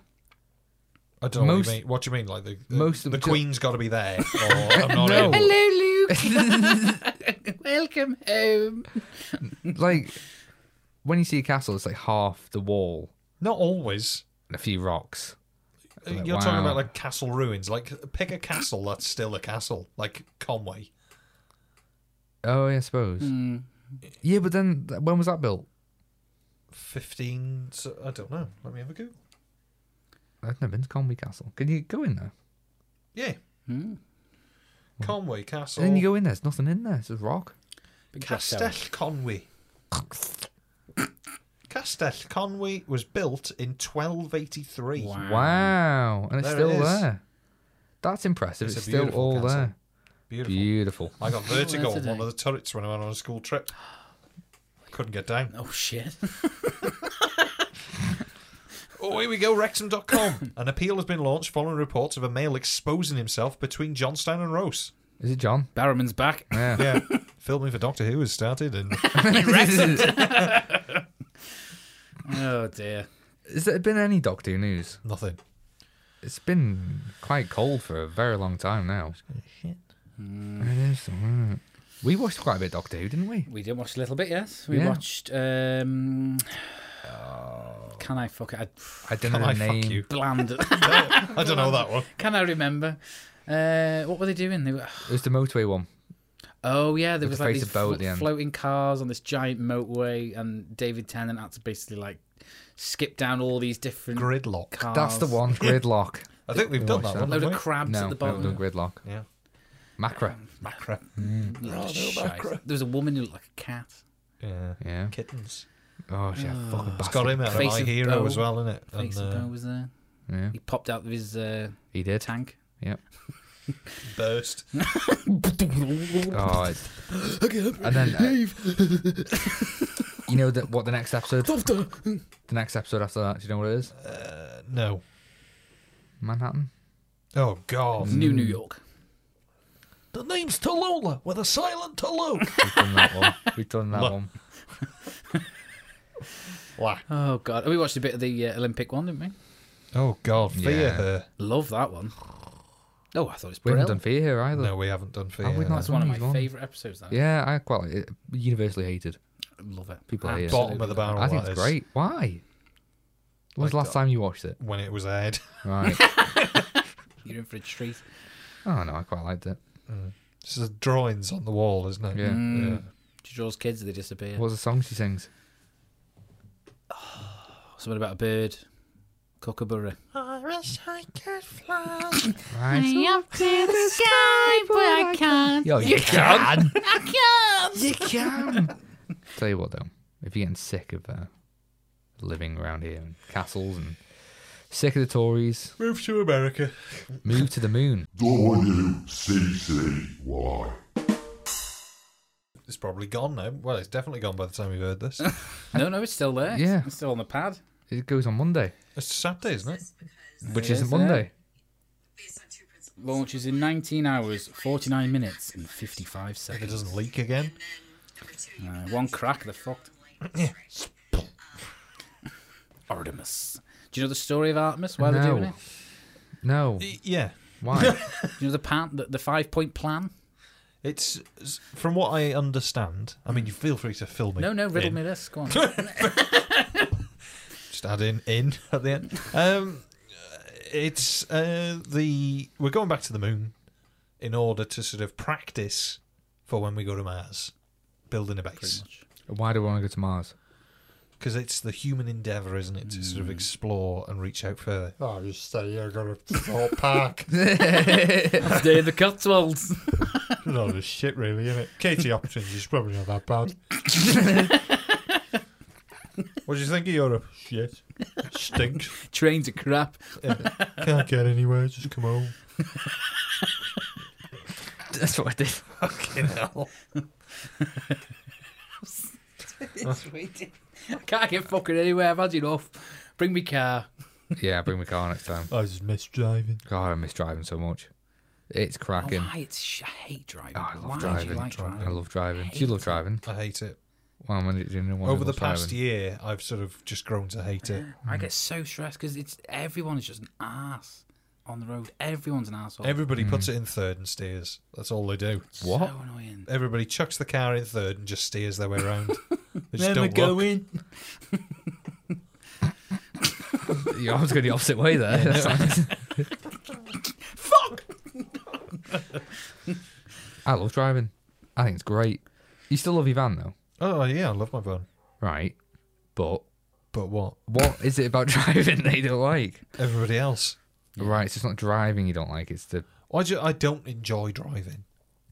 A: I don't know
E: Most-
A: what you mean. What do you mean? Like the, the
E: most of
A: the
E: them-
A: Queen's got to be there, or I'm not
E: No.
A: in.
D: Welcome home.
E: like when you see a castle, it's like half the wall
A: Not always.
E: and a few rocks.
A: You're
E: Like,
A: talking
E: wow.
A: about like castle ruins. Like pick a castle that's still a castle, like Conway.
E: Oh, yeah, I suppose.
D: Mm.
E: Yeah, but then th- when was that built?
A: Fifteen. So, I don't know. Let me have a go.
E: I've never been to Conwy Castle. Can you go in there?
A: Yeah, Hmm.
D: Mm.
A: Conway Castle.
E: And Hmm. then you go in there, there's nothing in there. It's just rock.
D: Big drop
A: Castell
D: tower.
A: Conwy. Castell Conwy was built in 1283.
D: Wow.
E: Wow. And it's
A: Ah. There it
E: still
A: is.
E: there. That's impressive.
A: It's
E: It's,
A: a
E: still
A: beautiful
E: all
A: castle.
E: there.
A: Beautiful.
E: Beautiful.
A: I got vertigo on
D: today.
A: one of the turrets when I went on a school trip. Couldn't get down.
D: Oh, shit.
A: Oh, here we go, Wrexham.com. An appeal has been launched following reports of a male exposing himself between Johnstown and Rose.
E: Is it John?
D: Barrowman's back.
E: Yeah.
A: Yeah. Filming for Doctor Who has started, and
D: Oh, dear.
E: Has there been any Doctor Who news?
A: nothing.
E: It's been quite cold for a very long time now.
A: Shit. Hmm.
E: It is. mm. We watched quite a bit of Doctor Who, didn't we?
D: We did watch a little bit, yes. We
E: Yeah.
D: watched um,
E: Oh.
D: Can I fuck it? I,
E: I don't Can
A: Oh,
E: know the I fuck name. you?
D: Bland.
E: I don't know that one.
D: Can I remember? Uh, what were they doing? They were.
E: It was the motorway one.
D: Oh yeah, there was
E: With the
D: like
E: face
D: these
E: of boat
D: flo-
E: at the end.
D: floating cars on this giant motorway, and David Tennant had to basically like skip down all these different
A: gridlock.
D: Cars.
E: That's the one, Gridlock.
A: I think we've done that one,
D: Load
A: haven't
D: of
A: we?
D: crabs at
E: no,
D: the
E: we haven't
D: bottom.
E: done Gridlock.
A: Yeah.
E: Macra.
A: Macra.
D: Load of Mm. shite. There was a woman who looked like a cat.
A: Yeah.
E: Yeah.
A: Kittens.
E: Oh, she had a fucking
A: It's
E: bastard.
A: got him out of
D: Face
A: My
D: of
A: Hero
D: Bo.
A: as well, isn't it?
D: Face
A: And,
D: of
A: uh,
D: Bo was there.
E: Yeah.
D: He popped out of his uh,
E: He did.
D: tank.
E: Yep.
A: Burst.
E: Oh, it's...
D: Okay,
E: and then uh, you know that what the next episode?
D: Doctor.
E: the next episode after that. Do you know what it is?
A: Uh, no.
E: Manhattan.
A: Oh God.
E: Mm.
D: New New York.
A: The name's Tallulah with a silent Tallulah.
E: We've done that one. We've done that one.
A: Why?
D: Oh god, we watched a bit of the uh, Olympic one, didn't we?
A: Oh God, fear
E: Yeah.
A: her.
D: Love that one. Oh, I thought it was
E: We
D: brilliant.
E: haven't done Fear here either.
A: No, we haven't done
D: Oh,
A: fear.
E: Have we
A: her.
E: not
D: That's one of
E: done
D: my
E: these ones?
D: favourite episodes. That
E: Yeah, I quite like it. Universally hated.
D: love it. Ah.
E: People hate it.
A: Bottom of the barrel.
E: I think
A: that
E: it's
A: is,
E: great. Why? When was the last time you watched it?
A: When it was aired.
E: Right.
D: You're in for a treat.
E: oh no, I quite liked it.
A: It's the drawings on the wall, isn't it?
E: Yeah.
D: Mm.
A: yeah.
D: She draws kids, they disappear.
E: What's the song she sings?
D: Something about a bird, kookaburra.
C: I wish I could fly.
E: Right.
C: up to the sky, but I can't.
E: Yo, you can.
C: I can't.
E: You can. Tell you what though, if you're getting sick of uh, living around here and castles and sick of the Tories,
A: Move to America.
E: move to the moon.
M: WCCY.
A: It's probably gone now. Well, it's definitely gone by the time you've heard this.
D: No, no, it's still there.
E: Yeah.
D: It's still on the pad.
E: It goes on Monday,
A: it's Saturday, isn't it?
E: which
D: It
E: isn't
D: is, yeah.
E: Monday.
D: Launches in 19 hours, 49 minutes, and
A: If
D: 55
A: it
D: seconds.
A: doesn't leak again.
D: Uh, one crack, they're fucked. Artemis. Do you know the story of Artemis? Why they're
E: No.
D: doing it?
E: No,
A: Y- Yeah.
E: why?
D: Do you know the plan, the, the five point plan?
A: It's it's- from what I understand. I mean, you feel free to fill me.
D: Mm. No, no, riddle
A: in.
D: me this. Go on.
A: Just add in in at the end. Um, it's uh, the we're going back to the moon in order to sort of practice for when we go to Mars, building a base
E: why do we want to go to Mars?
A: because it's the human endeavour, isn't it, to sort of explore and reach out further.
F: Oh, you stay here, go to Thorpe Park.
D: Stay in the Cotswolds.
A: Not this shit, really, isn't it? Katie Hopkins is probably not that bad. what do you think of Europe? Shit, stinks.
D: Trains are crap.
A: Can't get anywhere. Just come home.
E: That's what I did.
A: Fucking hell.
D: I can't get fucking anywhere. I've had enough. Bring me car.
E: Yeah, bring my car next time.
A: I just miss driving.
E: God, I miss driving so much. It's cracking.
D: Oh, Why? It's sh- I hate driving.
E: Oh, I love
D: Why do
E: driving.
D: you like
E: I
D: driving?
E: love driving. Do you love driving?
A: I hate it.
E: Well, I'm gonna- you know what I
A: Over the
E: love
A: past
E: driving.
A: year, I've sort of just grown to hate it.
E: Hmm.
D: I get so stressed because it's everyone is just an ass on the road. Everyone's an asshole.
A: Everybody puts it in third and steers. That's all they do.
E: What?
D: So annoying.
A: Everybody chucks the car in third and just steers their way around. they just don't
D: Never
A: look.
D: going.
E: Your arm's going the opposite way there.
D: Fuck.
E: I love driving. I think it's great. You still love your van though,
A: Oh yeah, I love my van.
E: right? But
A: But what?
E: what is it about driving that you don't like?
A: Everybody else.
E: Right, so it's not driving you don't like. It's the
A: I ju- I don't enjoy driving.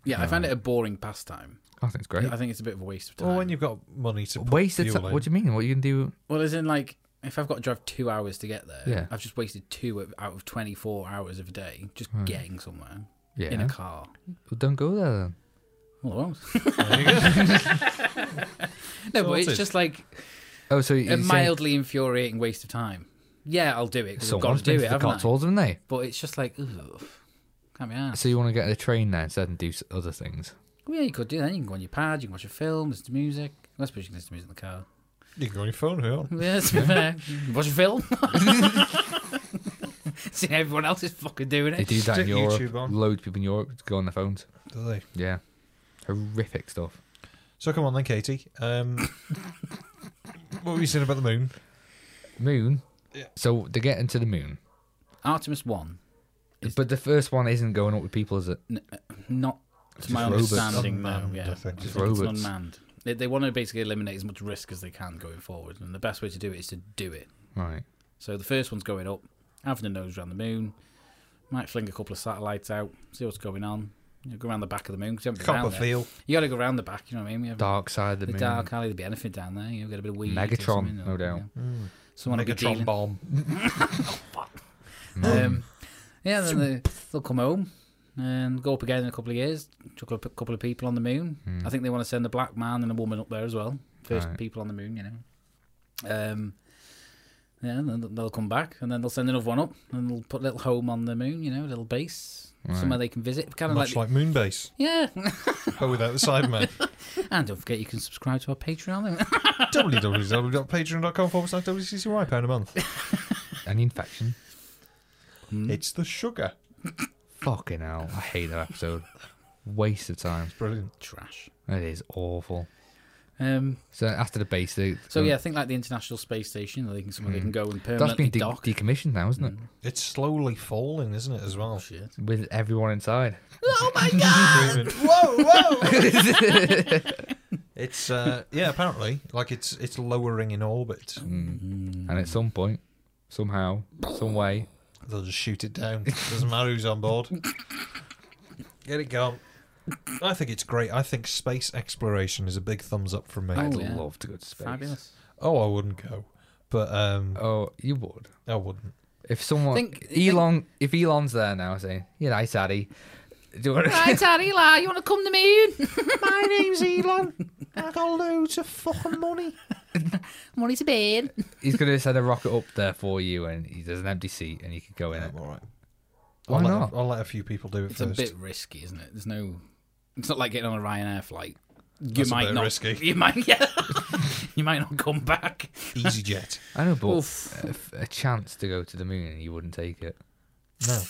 D: Yeah, I find it a boring pastime.
E: I think it's great.
D: I think it's a bit of a waste of time.
A: Well, Oh, when you've got money to put
E: Wasted
A: fuel
E: time.
A: in.
E: What do you mean? What you can do?
D: Well, as in, like, if I've got to drive two hours to get there,
E: Yeah.
D: I've just wasted two of- out of 24 hours of a day just getting somewhere
E: Hmm. Yeah.
D: in a car.
E: Well, don't go there then.
D: Well, I won't. no, but
A: Sorted.
D: it's just like
E: Oh, so you're
D: a
E: saying
D: mildly infuriating waste of time. Yeah, I'll do it because I've got
E: someone's
D: to do
E: been
D: it,
E: to the
D: haven't I?
E: Cotswolds, haven't they?
D: But it's just like, ugh, can't be asked.
E: So you want to get a train there instead and do s- other things?
D: Well, yeah, you could do that. You can go on your pad, you can watch a film, listen to music. I suppose you can listen to music in the car.
A: You can go on your phone. Who on?
D: Yeah, that's fair. Watch a film. See, everyone else is fucking doing
E: They
D: it.
E: do that in
A: Stick
E: Europe.
A: YouTube on.
E: Loads of people in Europe go on their phones.
A: Do they?
E: Yeah, horrific stuff.
A: So come on then, Katie. Um, what were you saying about the moon?
E: Moon. So they're getting to the moon.
D: Artemis One.
E: But the first one isn't going up with people, is it?
D: not to
E: Just
D: my
E: robots.
D: understanding, no.
E: Unmanned,
D: Yeah,
E: I think.
D: It's
E: Just robots.
D: unmanned. They, they want to basically eliminate as much risk as they can going forward, and the best way to do it is to do it.
E: Right.
D: So the first one's going up, having a nose around the moon. Might fling a couple of satellites out, see what's going on. You know, go around the back of the moon. 'cause you haven't been down there.
E: Copperfield.
D: You got to go around the back. You know what I mean? You haven't-
E: Dark side of the
D: the
E: moon.
D: dark alley. There'd be anything down there. You know, get a bit of weed. or
E: Megatron,
D: something, or,
E: no doubt.
D: you know. Someone will be
E: Megatron
D: dealing-
E: bomb.
D: Oh, fuck. um, yeah, then they, they'll come home and go up again in a couple of years. Chuck up a couple of people on the moon.
E: Hmm.
D: I think they want to send a black man and a woman up there as well. First
E: Right.
D: people on the moon, you know. Um, yeah, and then they'll come back and then they'll send another one up and they'll put a little home on the moon, you know, a little base,
A: Right.
D: somewhere they can visit. Kind of
A: Much
D: like,
A: like Moonbase,
D: yeah.
A: but without the Sidemen.
D: and don't forget you can subscribe to our Patreon.
A: www.patreon.com forward slash WCCY, pound a month.
E: Any infection?
A: It's the sugar.
E: Fucking hell. I hate that episode. Waste of time. It's
A: brilliant.
D: Trash.
E: It is awful.
D: Um,
E: so after the base, they,
D: So yeah, I think like the International Space Station, I think somewhere they
E: Mm.
D: can go and permanently
E: That's been de-
D: dock.
E: decommissioned now, isn't it?
D: Mm.
A: It's slowly falling, isn't it, as well?
E: With everyone inside.
D: Oh
A: my
E: God!
A: whoa,
E: whoa!
A: it's uh, yeah, apparently, like it's it's lowering in orbit.
E: And
D: Mm.
E: at some point, somehow, some way,
A: they'll just shoot it down. Doesn't matter who's on board. Get it gone. I think it's great. I think space exploration is a big thumbs up from me.
E: I'd love to go to space.
D: Oh, Fabulous.
A: Oh, I wouldn't go, but um,
E: oh, you would.
A: I wouldn't.
E: If someone,
D: Think-
E: Elon, if Elon's there now saying, "Yeah, hi, Daddy," do you want
D: Right, Daddy, Eli, you want to come to me?
A: My name's Elon. I got loads of fucking money.
D: Money to bed.
E: he's gonna send a rocket up there for you, and he there's an empty seat, and you can go in it.
A: All right.
E: Why
A: I'll
E: not?
A: Let a, I'll let a few people do it
D: It's
A: first.
D: a bit risky, isn't it? There's no. It's not like getting on a Ryanair flight. You
A: That's a
D: might
A: bit
D: not.
A: risky.
D: You might. Yeah. you might not come back.
A: EasyJet.
E: I know, but
D: Oof.
E: a, f- a chance to go to the moon, and you wouldn't take it.
A: No.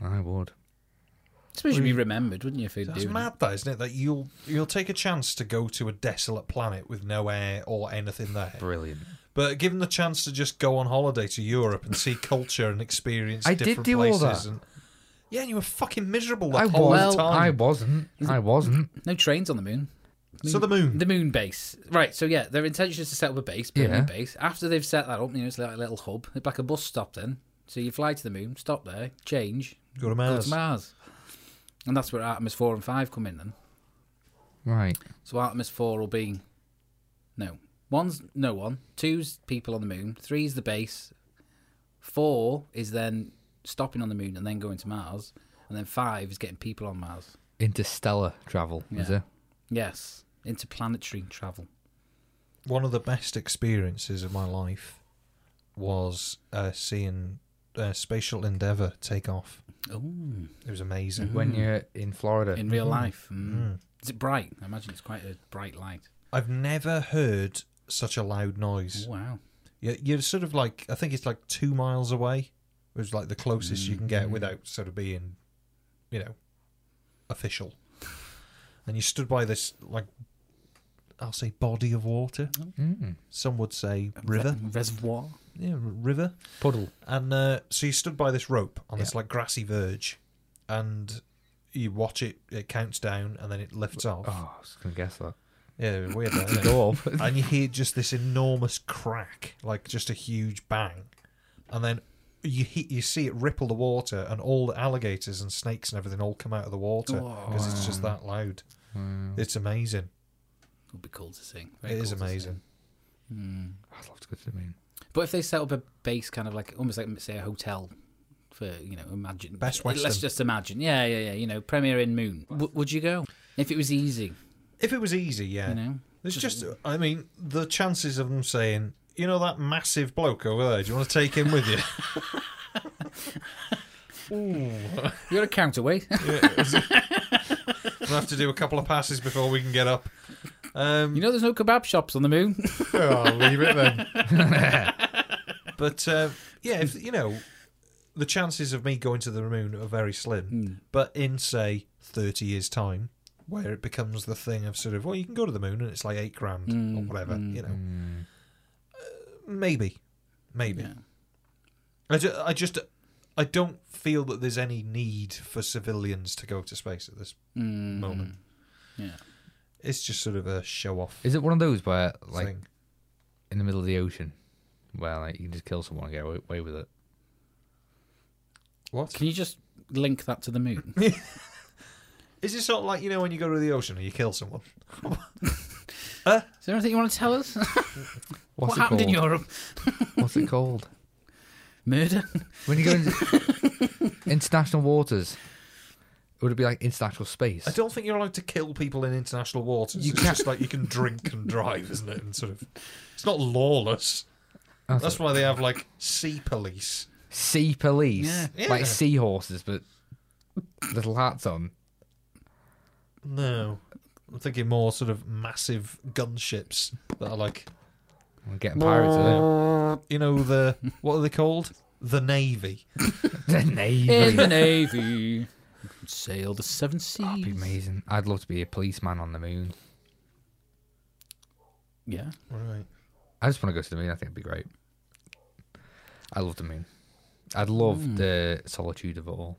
E: I would.
D: I suppose you'd be remembered, wouldn't you, if you'd
A: That's
D: do
A: mad, though, isn't it? That you'll you'll take a chance to go to a desolate planet with no air or anything there.
E: Brilliant.
A: But given the chance to just go on holiday to Europe and see culture and experience
E: I did
A: different
E: do all
A: places,
E: that.
A: and yeah, and you were fucking miserable the
E: I
A: whole
E: was.
A: time.
E: I wasn't. I wasn't.
D: No trains on the moon.
A: So the moon.
D: The moon base. Right, so yeah, their intention is to set up a base, permanent
E: Yeah.
D: base. After they've set that up, you know, it's like a little hub. It's like a bus stop then. So you fly to the moon, stop there, change.
A: Go to Mars.
D: And that's where Artemis 4 and 5 come in then.
E: Right.
D: So Artemis 4 will be. No. One's no one. Two's people on the moon. Three's the base. Four is then stopping on the moon and then going to Mars. And then five is getting people on Mars.
E: Interstellar travel, is
D: Yeah.
E: it?
D: Yes. Interplanetary travel.
A: One of the best experiences of my life was uh, seeing uh, Spatial Endeavour take off.
D: Oh.
A: It was amazing.
E: When you're in Florida.
D: Hmm. In real
A: Mhm.
D: life. Mm.
A: Mhm.
D: Is it bright? I imagine it's quite a bright light.
A: I've never heard such a loud noise.
D: Wow.
A: You're, you're sort of like I think it's like two miles away. It was like the closest you can
E: Mm.
A: get without sort of being, you know, official. And you stood by this like, I'll say body of water.
E: Mm.
A: Some would say river,
D: Re- reservoir.
A: yeah, r- river
E: puddle.
A: And uh, so you stood by this rope on this
E: Yeah.
A: like grassy verge, and you watch it. It counts down, and then it lifts off.
E: Oh, I was gonna guess that.
A: Yeah, weird. That, isn't it?
E: Go off.
A: and you hear just this enormous crack, like just a huge bang, and then you he- you see it ripple the water, and all the alligators and snakes and everything all come out of the water
D: Oh.
A: because it's just that loud. It's amazing.
D: Would be cool to sing.
A: It
D: Very
A: is
D: cool to
A: amazing.
D: sing. Mm.
E: I'd love to go to the moon.
D: But if they set up a base, kind of like almost like say a hotel for you know, imagine
A: Best
D: Let's
A: Western.
D: just imagine, yeah, yeah, yeah. You know, Premier Inn Moon. W- would you go if it was easy?
A: If it was easy, yeah.
D: You know,
A: There's just, I mean, the chances of them saying, you know, that massive bloke over there. Do you want to take him with you? Ooh.
D: you're a counterweight.
A: We'll have to do a couple of passes before we can get up. Um,
D: you know, there's no kebab shops on the moon.
A: I'll leave it then. but uh, yeah, if, you know, the chances of me going to the moon are very slim. But in say thirty years' time, where it becomes the thing of sort of, well, you can go to the moon and it's like eight grand or whatever, you know. Uh, Maybe, maybe. I, ju- I just I don't feel that there's any need for civilians to go to space at this
D: Hmm.
E: Mm.
A: moment.
D: Yeah.
A: It's just sort of a show off.
E: Is it one of those where, like,
A: Thing.
E: in the middle of the ocean, where like you can just kill someone and get away- away with it?
A: What?
D: Can you just link that to the moon?
A: Is it sort of like you know when you go to the ocean and you kill someone?
D: Is there anything you want to tell us?
E: What's
D: what
E: it
D: happened in
E: called?
D: Europe?
E: What's it called?
D: Murder.
E: When you go into international waters, would it be like international space?
A: I don't think you're allowed to kill people in international waters.
E: You
A: it's
E: can't-
A: just like you can drink and drive, isn't it? And sort of, it's not lawless.
E: That's
A: That's, why they have like sea police.
E: Sea police,
A: Yeah. Yeah.
E: like seahorses, but little hats on.
A: No, I'm thinking more sort of massive gunships that are like
E: We're getting pirates. Are
A: You know the what are they called? The navy.
E: the navy.
D: In the navy, sail the seven seas.
E: That'd be amazing. I'd love to be a policeman on the moon.
D: Yeah.
A: Right.
E: I just want to go to the moon. I think it'd be great. I love the moon. I'd love
D: Mm.
E: the solitude of it all.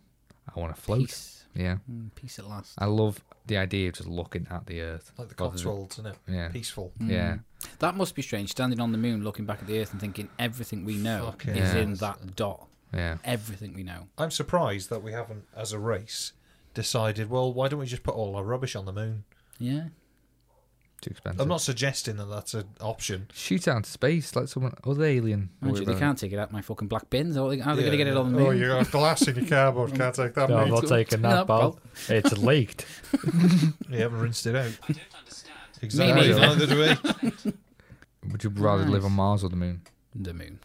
E: I want to float.
D: Peace.
E: Yeah.
D: Mm, peace at last.
E: I love the idea of just looking at the earth.
A: Like the
E: rather than-
A: Cotswolds, isn't it?
E: Yeah.
A: Peaceful.
E: Yeah.
D: Mm. That must be strange, standing on the moon, looking back at the Earth and thinking everything we know
A: Fucking
D: is
A: yeah.
D: in that dot.
E: Yeah.
D: Everything we know.
A: I'm surprised that we haven't, as a race, decided. Well, why don't we just put all our rubbish on the moon?
D: Yeah.
E: Too expensive.
A: I'm not suggesting that that's an option.
E: Shoot out into space like someone other alien.
D: Imagine they
E: whatever.
D: can't take it out my fucking black bins. How are they, how are they
A: Yeah,
D: going to get it
A: yeah.
D: on the moon?
A: Oh, you got glass in your cardboard. Can't take that.
D: No,
A: mate.
D: I'm not taking that, No, pal. pal.
B: It's leaked.
A: you haven't rinsed it out.
D: Me
A: Exactly.
D: neither.
A: Neither do eh? we.
E: Would you rather
D: Nice.
E: live on Mars or the moon?
D: The moon.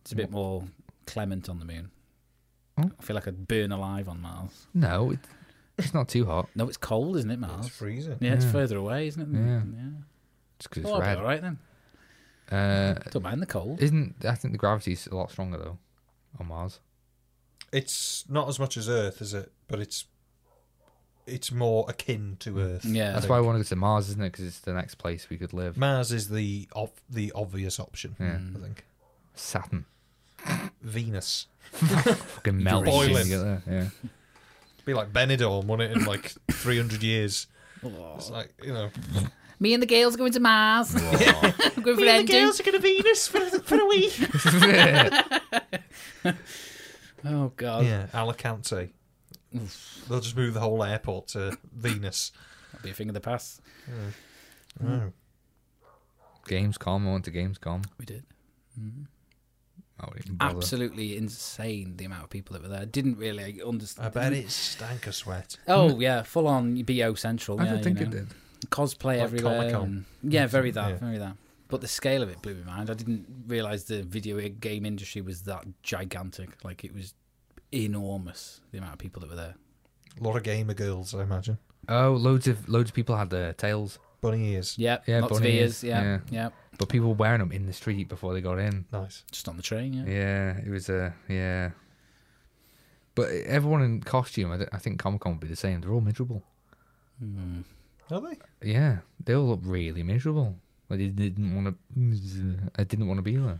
D: It's a bit more clement on the moon.
E: Oh.
D: I feel like I'd burn alive on Mars.
E: No, it, it's not too hot.
D: No, it's cold, isn't it, Mars?
A: It's freezing.
D: Yeah, it's
E: Yeah.
D: further away, isn't it?
E: Yeah.
D: yeah.
E: Just 'cause
D: Oh, I'll
E: it's
D: be
E: red.
D: all right then.
E: Uh,
D: Don't mind the cold.
E: isn't I think the gravity's a lot stronger though on Mars.
A: It's not as much as Earth, is it? But it's it's more akin to Earth.
D: Yeah.
E: That's why I want to go to Mars, isn't it? Because it's the next place we could live.
A: Mars is the ob- the obvious option.
E: Yeah.
A: I think
E: Saturn.
A: Venus.
E: Fucking melt. as soon
A: Boiling.
E: as you get there, Yeah.
A: Be like Benidorm, wouldn't it? In like 300 years. It's like you know.
N: Me and the girls are going to Mars. I'm going for Me and the girls are going to Venus for, for a week.
D: Oh god,
A: Yeah, Alicante. They'll just move the whole airport to Venus.
D: that'd be a thing of the past.
A: Oh.
E: Gamescom. I went to Gamescom.
D: We did.
A: Mm-hmm.
E: Oh, we didn't bother.
D: Absolutely insane the amount of people that were there. Didn't really understand.
A: I bet it stank of sweat.
D: Oh yeah, full on BO Central.
E: I
D: yeah,
E: don't
D: you
E: think it
D: know.
E: did.
D: Cosplay
A: Like
D: everywhere.
A: Comic-Con.
D: and- yeah, very that,
A: Yeah.
D: very that. But the scale of it blew my mind. I didn't realize the video game industry was that gigantic. Like it was enormous. The amount of people that were there.
A: A lot of gamer girls, I imagine.
E: Oh, loads of loads of people had their tails,
A: Bunny ears.
D: Yeah,
E: Yeah,
D: lots of
E: bunny
D: ears.
E: ears,
D: Yeah, yeah,
E: yeah. but people were wearing them in the street before they got in.
A: Nice.
D: Just on the train. Yeah.
E: Yeah, it was a yeah. But everyone in costume, I, don't- I think Comic Con would be the same. They're all miserable.
D: Hmm.
A: Are they?
E: Yeah, they all look really miserable. Like they didn't want to. I didn't want to be there.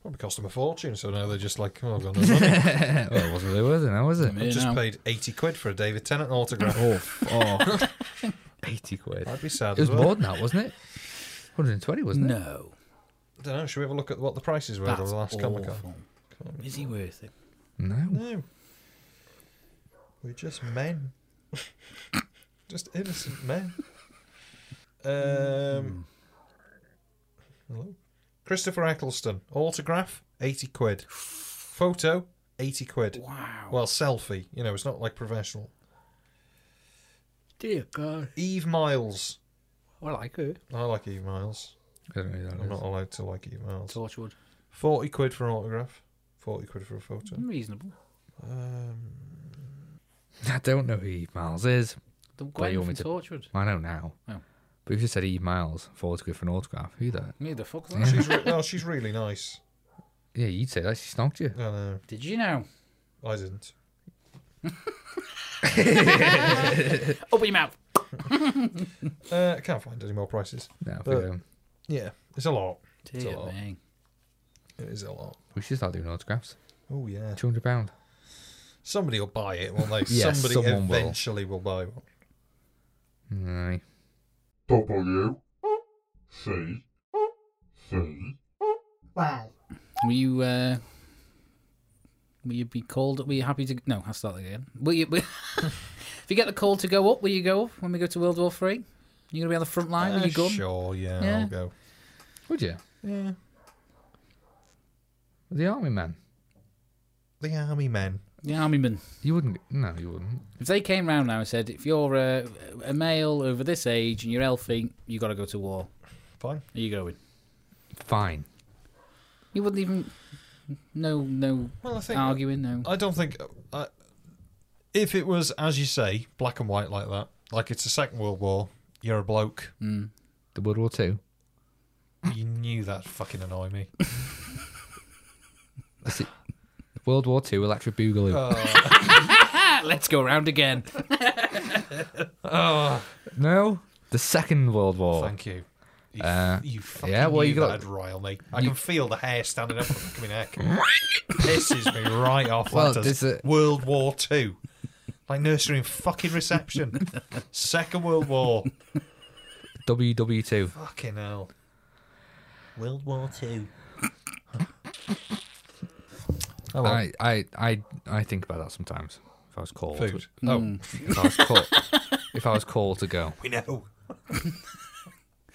A: Probably cost them a fortune, so now they're just like, oh, I've got no money.
E: well, it wasn't really worth it, now was it?
D: Yeah.
A: I've just
D: now.
A: paid 80 quid for a David Tennant autograph.
E: oh, fuck. eighty quid.
A: That'd be sad.
E: It was
A: as well.
E: more than that, wasn't it? One hundred and twenty, wasn't it?
D: No,
A: I don't know. Should we have a look at what the prices were over
D: that's
A: the last Comic Con?
D: awful. Is he worth it?
E: No.
A: No. We're just men. just innocent men. Um. Hello. Christopher Eccleston. Autograph, 80 quid. Photo, 80 quid.
D: Wow.
A: Well, selfie. You know, it's not like professional.
D: Dear God.
A: Eve Miles.
D: Well, I could.
A: I like Eve Miles.
E: I don't know who that
A: I'm
E: is.
A: not allowed to like Eve Miles.
D: Torchwood.
A: 40 quid for an autograph. 40 quid for a photo.
D: Reasonable.
A: Um,
E: I don't know who Eve Miles is.
D: The
E: you
D: Gwen
E: want
D: from
E: me to-
D: Torchwood.
E: I know now.
D: Oh.
E: But if you said Eve Miles, forward to go for an autograph, who that?
D: Me the fuck's that?
A: she's re- no, she's really nice.
E: Yeah, you'd say that. She snogged you.
A: I know.
D: Did you know?
A: I didn't.
N: Open your mouth.
A: Uh, I can't find any more prices.
E: No, I
A: But-
E: think, um,
A: Yeah, it's a lot.
D: Dear
A: all.
D: me.
A: It is a lot.
E: We should start doing autographs.
A: Oh, yeah.
E: Two hundred pound.
A: Somebody will buy it, won't they?
E: Yes,
A: Somebody
E: someone will.
A: eventually will. buy one.
E: Aye.
M: W C C.
D: Wow. Will you? Uh, will you be called? Were you happy to? No, I'll start again. Will you? Will, if you get the call to go up, will you go up when we go to World War Three? You gonna be on the front line with
A: Uh,
D: your gun?
A: Sure, yeah,
D: Yeah.
A: I'll go.
E: Would you?
A: Yeah.
E: The army men.
A: The army men.
D: The army men.
E: You wouldn't. No, you wouldn't.
D: If they came round now and said, if you're a, a male over this age and you're healthy, you got to go to war.
A: Fine.
D: Are you going?
E: Fine.
D: You wouldn't even. No, no.
A: Well, I think-
D: arguing. No. "Oh,
A: I don't think. I, if it was, as you say, black and white like that, like it's the Second World War, you're a bloke.
E: Mm. The World War Two.
A: You knew that fucking annoy me.
E: World War Two. Electric Boogaloo.
A: Uh,
D: Let's go round again.
A: Oh.
E: No, the Second World War.
A: Thank you. You,
E: Uh,
A: you fucking
E: yeah, well,
A: knew
E: you got
A: that'd rile me. I
E: you-
A: can feel the hair standing up on the back of my neck. Pisses me right off.
E: Well,
A: Well,
E: there's a-
A: World War Two, like nursery and fucking reception. Second World War.
E: WW Two.
A: Fucking hell. World War Two. Oh, well.
E: I, I, I, I think about that sometimes. If I was called,
A: Food.
E: No.
A: Oh.
E: if I was called, if I was called to go,
A: We know.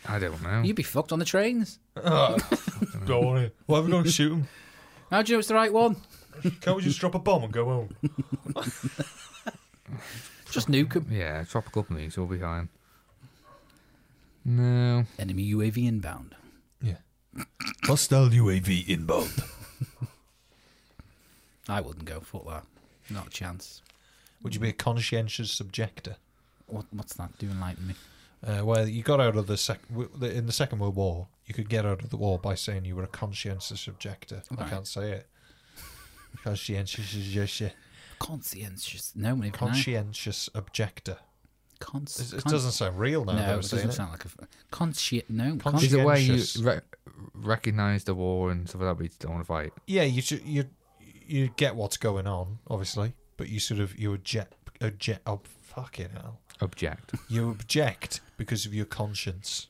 E: I don't know.
D: You'd be fucked on the trains.
A: Oh, don't worry. Why are we going to shoot him?
D: How do you know it's the right one?
A: Can't we just drop a bomb and go home?
D: Just nuke him.
E: Yeah, tropical news. We'll be fine. No.
D: Enemy UAV inbound.
A: Hostile UAV inbound.
D: I wouldn't go. Fuck that. Not a chance.
A: Would you be a conscientious subjector?
D: What, what's that doing like me?
A: Uh, well, you got out of the sec- w- the- in the Second World War. You could get out of the war by saying you were a conscientious objector. I
D: Right.
A: can't say it. Conscientious objector.
D: Conscientious. No, maybe not.
A: Conscientious objector.
D: Cons-
A: It- it
D: cons-
A: doesn't sound real now
D: No,
A: that we're
D: it
A: saying
D: doesn't
A: it.
D: sound like a f- consci- No,
A: Consci-
E: Is it where you
A: Conscientious.
E: re- recognise the war and stuff like that, but you don't want to fight?
A: Yeah, you should, you you get what's going on, obviously, but you sort of you object object oh fucking hell.
E: Object.
A: You object because of your conscience.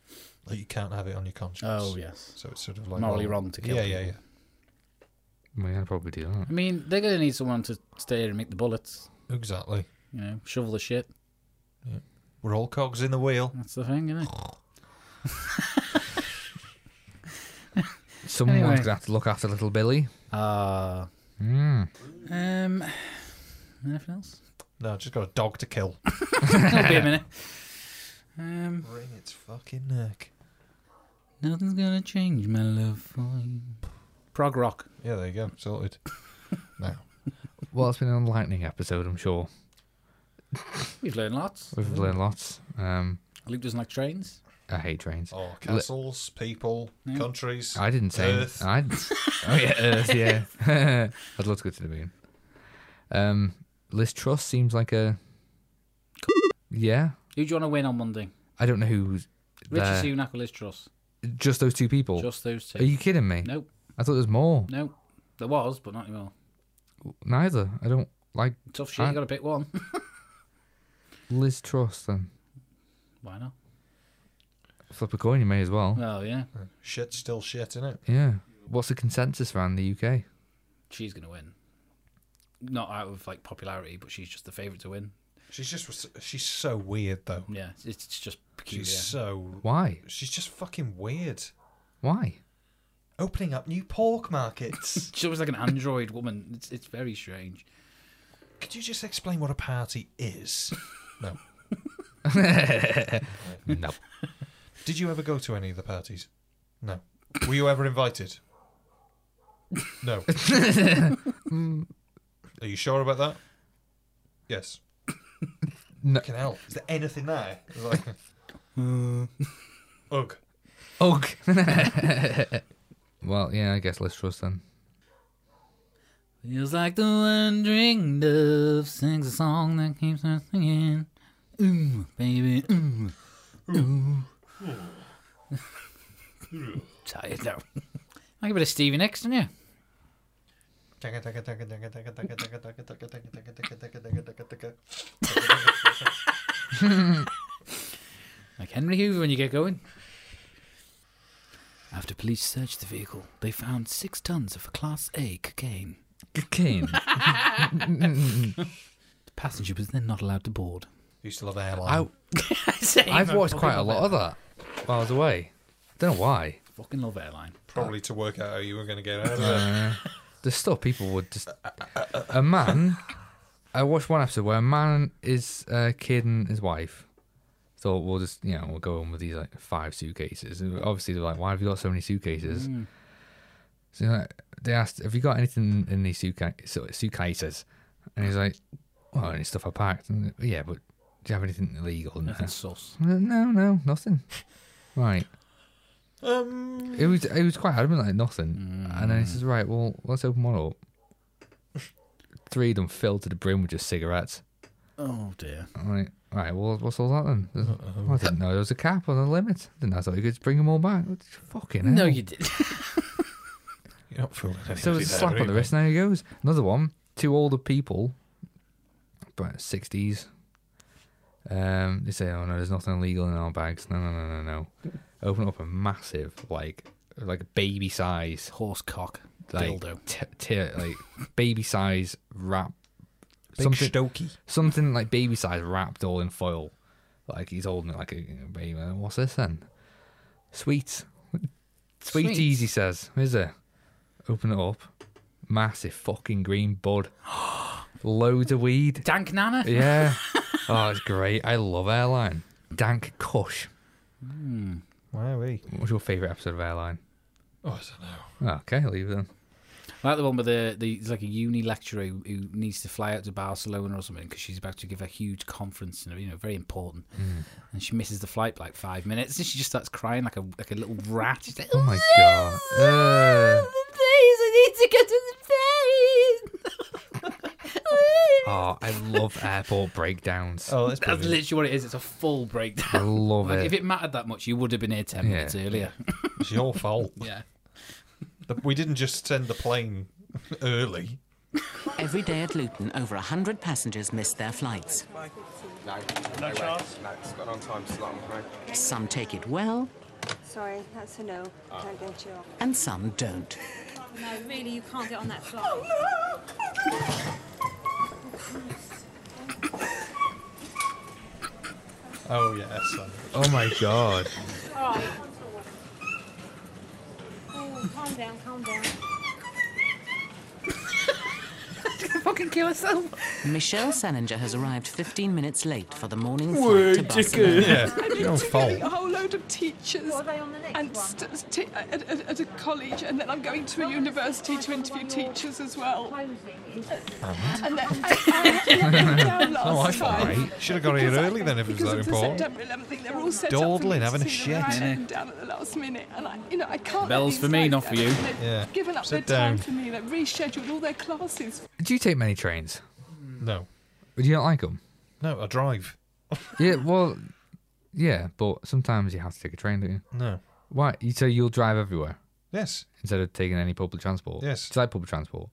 A: Like you can't have it on your conscience.
D: Oh, yes.
A: So it's sort of like
D: Morally
A: well,
D: wrong to kill
A: Yeah,
D: people.
A: yeah, yeah.
E: Well, yeah, I'd probably do that.
D: I mean, they're going to need someone to stay here and make the bullets.
A: Exactly.
D: You know, shovel the shit.
A: We're all cogs in the wheel.
D: That's the thing, isn't it?
E: Someone's
D: Anyway.
E: gonna have to look after little Billy.
D: Ah.
E: Mm.
D: Um, anything else?
A: No, just got a dog to kill.
D: It'll be a minute. Um,
A: Ring its fucking neck.
D: nothing's gonna change my love for you. Prog rock.
A: Yeah, there you go. Sorted. now.
E: Well, it's been an enlightening episode, I'm sure.
D: We've learned lots.
E: We've learned lots. Um,
D: Luke doesn't like trains.
E: I hate trains.
A: Oh,
E: Li-
A: castles, people, countries.
E: I didn't say.
A: Earth.
E: I. Oh yeah, Earth. Yeah. I'd love to go to the moon. Um, Liz Truss seems like a. Yeah,
D: Who do you want to win on Monday?
E: I don't know who's.
D: Richie
E: there.
D: Sunak or Liz Truss?
E: Just those two people.
D: Just those two.
E: Oh. Are you kidding me?
D: Nope.
E: I thought there's more.
D: No, there was, but not anymore.
E: Neither. I don't like.
D: Tough shit.
E: I-
D: You got to pick one.
E: Liz Truss then.
D: Why not?
E: Flip a coin, you may as well.
D: Oh yeah,
A: Shit's still shit, isn't it?
E: Yeah. What's the consensus around the UK?
D: she's gonna win. Not out of like popularity, but she's just the favourite to win.
A: She's just she's so weird though.
D: Yeah, it's, it's just peculiar.
A: She's so
E: Why?
A: she's just fucking weird.
E: Why?
A: Opening up new pork markets.
D: She was like an android woman. It's, it's very strange.
A: Could you just explain what a party is? no.
E: no.
A: Did you ever go to any of the parties? No. Were you ever invited? No. Are you sure about that? Yes.
E: No.
A: Fucking hell. Is there anything there? It's Like, ugh.
E: Ugh. well, yeah, I guess Liz Truss then.
D: Feels like the wandering dove sings a song that keeps her singing. Ooh, baby, ooh, ooh. Tired now. Like a bit of Stevie Nicks, don't you? like Henry Hoover when you get going. After police searched the vehicle, they found six tons of Class A cocaine.
E: Cocaine?
D: the passenger was then not allowed to board.
A: You still have a hairline.
D: Same,
E: I've
D: I
E: watched
D: fucking
E: quite a
D: love
E: lot of that while I was away. Don't know why.
D: Fucking love airline.
A: Probably to work out how you were going to get out of it.
E: Uh, there's still people would just a man. I watched one episode where a man is a kid and his wife. So we'll just you know we'll go in with these like five suitcases. And obviously they're like, why have you got so many suitcases?
B: Mm.
E: So like, they asked, have you got anything in these suitca- so- suitcases? And he's like, well, only stuff I packed. And, yeah, but do you have anything illegal? in there?"
D: Nothing sus.
E: No, no, nothing. Right.
O: Um,
E: It was it was quite adamant like nothing. And then he says, Right, well, let's open one up. Three of them filled to the brim with just cigarettes.
D: Oh dear.
E: I'm like, right, well what's all that then? There's- well, I didn't know there was a cap on the limit. Didn't I thought you could just bring them all back. What the Fucking hell.
D: No, you did.
A: You're not fooling anybody.
E: So it's a
A: there,
E: slap on the
A: really.
E: wrist, and there he goes. Another one, two older people, about 60s. Um, they say, oh no, there's nothing illegal in our bags. No, no, no, no, no. Open up a massive, like, like a baby size
D: horse cock
E: like,
D: dildo.
E: T- t- like baby size wrap.
A: Big stokey.
E: Something like baby size wrapped all in foil. Like he's holding it like a you know, baby. What's this then? Sweets. Sweeties,
B: Sweets.
E: he says. Is it? Open it up. Massive fucking green bud. Loads of weed.
D: Dank Nana?
E: Yeah. oh, it's great. I love airline. Dank Kush.
D: Hmm.
A: Why are we?
E: What's your favourite episode of airline?
A: Oh, I don't know.
E: Okay, leave it then.
D: I like the one with the, the it's like a uni lecturer who, who needs to fly out to Barcelona or something because she's about to give a huge conference and you know very important, and she misses the flight by like five minutes and she just starts crying like a like a little rat. She's like,
E: Oh my god. Uh,
D: please, I need to get to the plane.
E: oh, I love airport breakdowns.
A: Oh.
D: that's literally what it is. It's a full breakdown.
E: I love
D: Like,
E: it.
D: If it mattered that much, you would have been here ten
E: Yeah.
D: minutes earlier.
A: It's your fault.
D: yeah.
A: The, we didn't just send the plane early.
P: Every day at Luton, over 100 passengers miss their flights.
Q: No. No, chance? No, it's got an on-time slot, I'm afraid.
P: Some take it well,
R: Sorry, that's a no. Don't get you off.
P: and some don't.
R: No, really, you can't get on that flight.
A: Oh, yes. Son.
E: Oh my god.
R: All right. Oh, calm down, calm down.
D: fucking kill herself.
P: Michelle Salinger has arrived 15 minutes late for the morning
B: Wait
P: flight
B: a
P: to Barcelona.
B: minute. Yeah,
A: your fault.
H: A whole load of teachers and st- st- at, at, at a college, and then I'm going to a university to interview teachers as well. And then I let them down
A: It's not my
H: last
A: fault,
H: time.
A: mate. Should have got here
H: Because I-
A: early then if it was
H: because
A: that
H: until
A: important.
H: September 11th, they were all set
A: Dawdling,
H: up for
A: having a
H: me to see them, and I
A: shit.
H: let
A: Yeah.
H: them down at the last minute, and I, you know, I can't. let
D: Bells
H: these
D: for me,
H: guys
D: not for
H: down.
D: you.
H: They've
E: Yeah.
H: Given up
E: Sit
H: their time
E: down.
H: for me. They've rescheduled all their classes.
E: Do you take many trains?
A: No.
E: Do you not like them?
A: No, I drive.
E: Yeah, well, yeah, but sometimes you have to take a train, don't you?
A: No.
E: Why? You- So you'll drive everywhere?
A: Yes.
E: Instead of taking any public transport?
A: Yes.
E: Do you like public transport?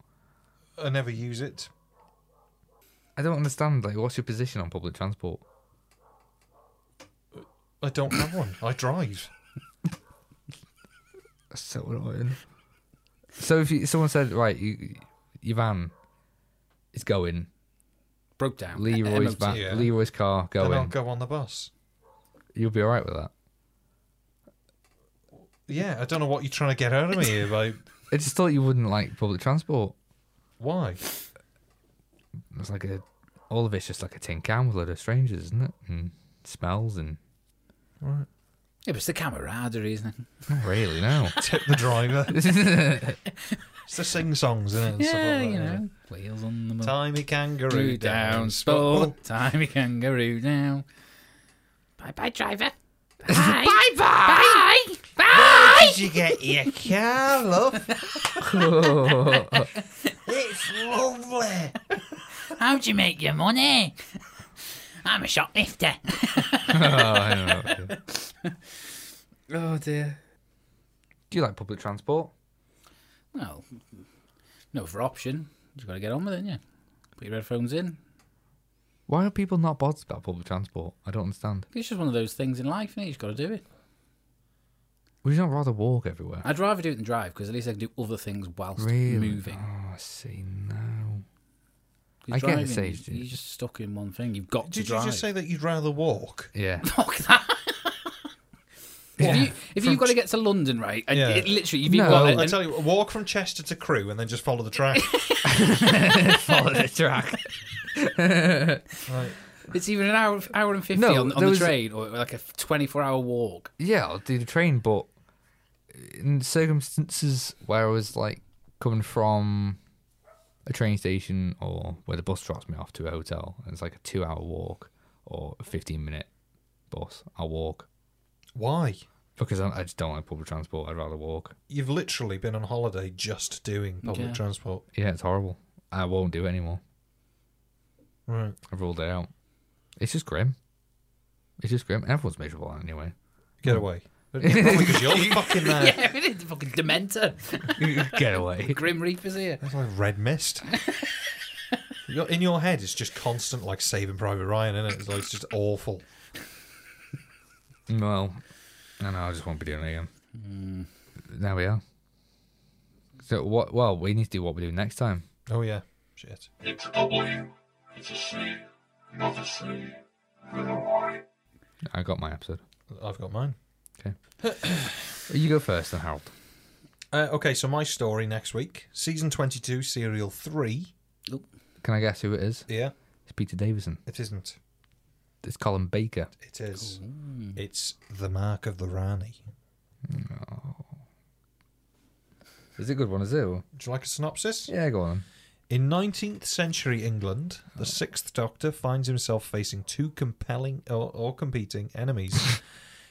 A: I never use it.
E: I don't understand. Like, what's your position on public transport?
A: I don't have one. I drive.
E: That's so annoying. So if you, someone said, right, you, your van is going.
D: Broke down.
E: Leroy's, van,
A: Yeah.
E: Leroy's car
A: Then I'll
E: going.
A: go on the bus.
E: You'll be alright with that.
A: Yeah, I don't know what you're trying to get out of me here, but
E: I just thought you wouldn't like public transport.
A: why?
E: It's like a all of it's just like a tin can with a load of strangers, isn't it? And smells and
A: Right.
D: Yeah, but it's the camaraderie, isn't it?
E: not really no.
A: Tip the driver. it's the sing songs, isn't it? and stuff
D: Yeah,
A: like
D: you
A: that,
D: know. Wheels on the moon.
A: Timey kangaroo
D: Kangaroo
A: down.
D: down,
A: Spot.
E: Oh.
D: spot. Timey kangaroo down.
B: Bye bye, driver.
D: Bye
B: bye. Bye.
A: Where did you get your car,
B: love?
A: it's lovely.
B: How'd you make your money? I'm a shoplifter.
E: oh dear. Do you like public transport?
D: Well, no other option. Just got to get on with it, yeah. Put your headphones in.
E: Why are people not bothered about public transport? I don't understand.
D: It's just one of those things in life, is You just got to do it.
E: Would you not rather walk everywhere?
D: I'd rather do it than drive because at least I can do other things whilst
E: Really?
D: moving.
E: Oh, I see. No.
D: 'Cause
E: I get
D: driving,
E: it, Sage.
D: you- You're just stuck in one thing. You've got
A: Did
D: to
A: you
D: drive.
A: just say that you'd rather walk?
E: Yeah.
D: Fuck that. If, you, if you've got to get to London, right? And it literally, if you've got
A: I tell you, what, walk from Chester to Crewe and then just follow the track.
E: follow the track.
A: right.
D: It's even an hour, hour and fifty
E: No,
D: on, on
E: there
D: the
E: was-
D: train, or like a twenty-four hour walk.
E: Yeah, I'll do the train, but in circumstances where I was like coming from a train station or where the bus drops me off to a hotel, and it's like a two hour walk or a 15 minute bus, I'll walk.
A: Why?
E: Because I, I just don't like public transport, I'd rather walk.
A: You've literally been on holiday just doing public
E: Yeah.
A: transport.
E: Yeah, it's horrible. I won't do it anymore.
A: Right.
E: I've ruled it out. It's just grim. It's just grim. Everyone's miserable on it anyway.
A: Get away. Probably 'cause you're fucking uh, there.
D: yeah, it is fucking dementor.
E: Get away.
D: Grim Reaper's here.
A: That's like red mist. Your- In your head, it's just constant, like Saving Private Ryan, isn't it? It's, like, it's just awful.
E: Well, Hmm. no, no, I just won't be doing it again. There we are. So what? Well, we need to do what we do next time.
A: Oh yeah, shit.
M: It's a W. It's a C. Not a C. With a Y.
E: I got my episode.
A: I've got mine.
E: Okay. you go first, then Harold.
A: Uh, okay, so my story next week, season twenty-two, serial three.
E: Can I guess who it is?
A: Yeah.
E: It's Peter Davison.
A: It isn't.
E: It's Colin Baker.
A: It is. It's the mark of the Rani.
E: Is it a good one? Is it? or-
A: Would you like a synopsis?
E: Yeah, go on.
A: In 19th century England, the Sixth Doctor finds himself facing two compelling or, or competing enemies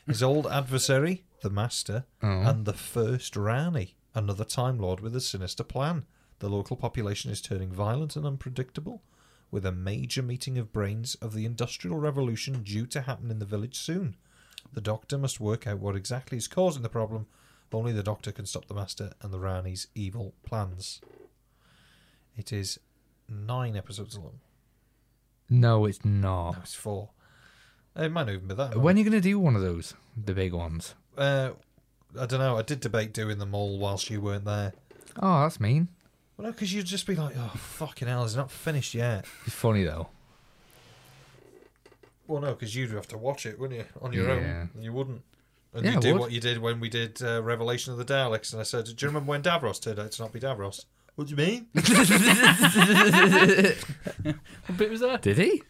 A: his old adversary, the Master,
E: Oh.
A: and the First Rani, another Time Lord with a sinister plan. The local population is turning violent and unpredictable, with a major meeting of brains of the Industrial Revolution due to happen in the village soon. The Doctor must work out what exactly is causing the problem. Only the Doctor can stop the Master and the Rani's evil plans. It is nine episodes long.
E: No, it's not.
A: It's four. It might not even be that.
E: When are you going to do one of those? The big ones.
A: Uh, I don't know. I did debate doing them all whilst you weren't there.
E: Oh, that's mean.
A: Well, no, because you'd just be like, oh, fucking hell, it's not finished yet.
E: It's funny though.
A: Well, no, because you'd have to watch it, wouldn't you, on your
E: Yeah.
A: own? And you wouldn't. And
E: Yeah,
A: you
E: I
A: do
E: would.
A: what you did when we did uh, Revelation of the Daleks, and I said, "Do you remember when Davros turned out to not be Davros?" What do you mean?
D: What bit was that?
E: Did he?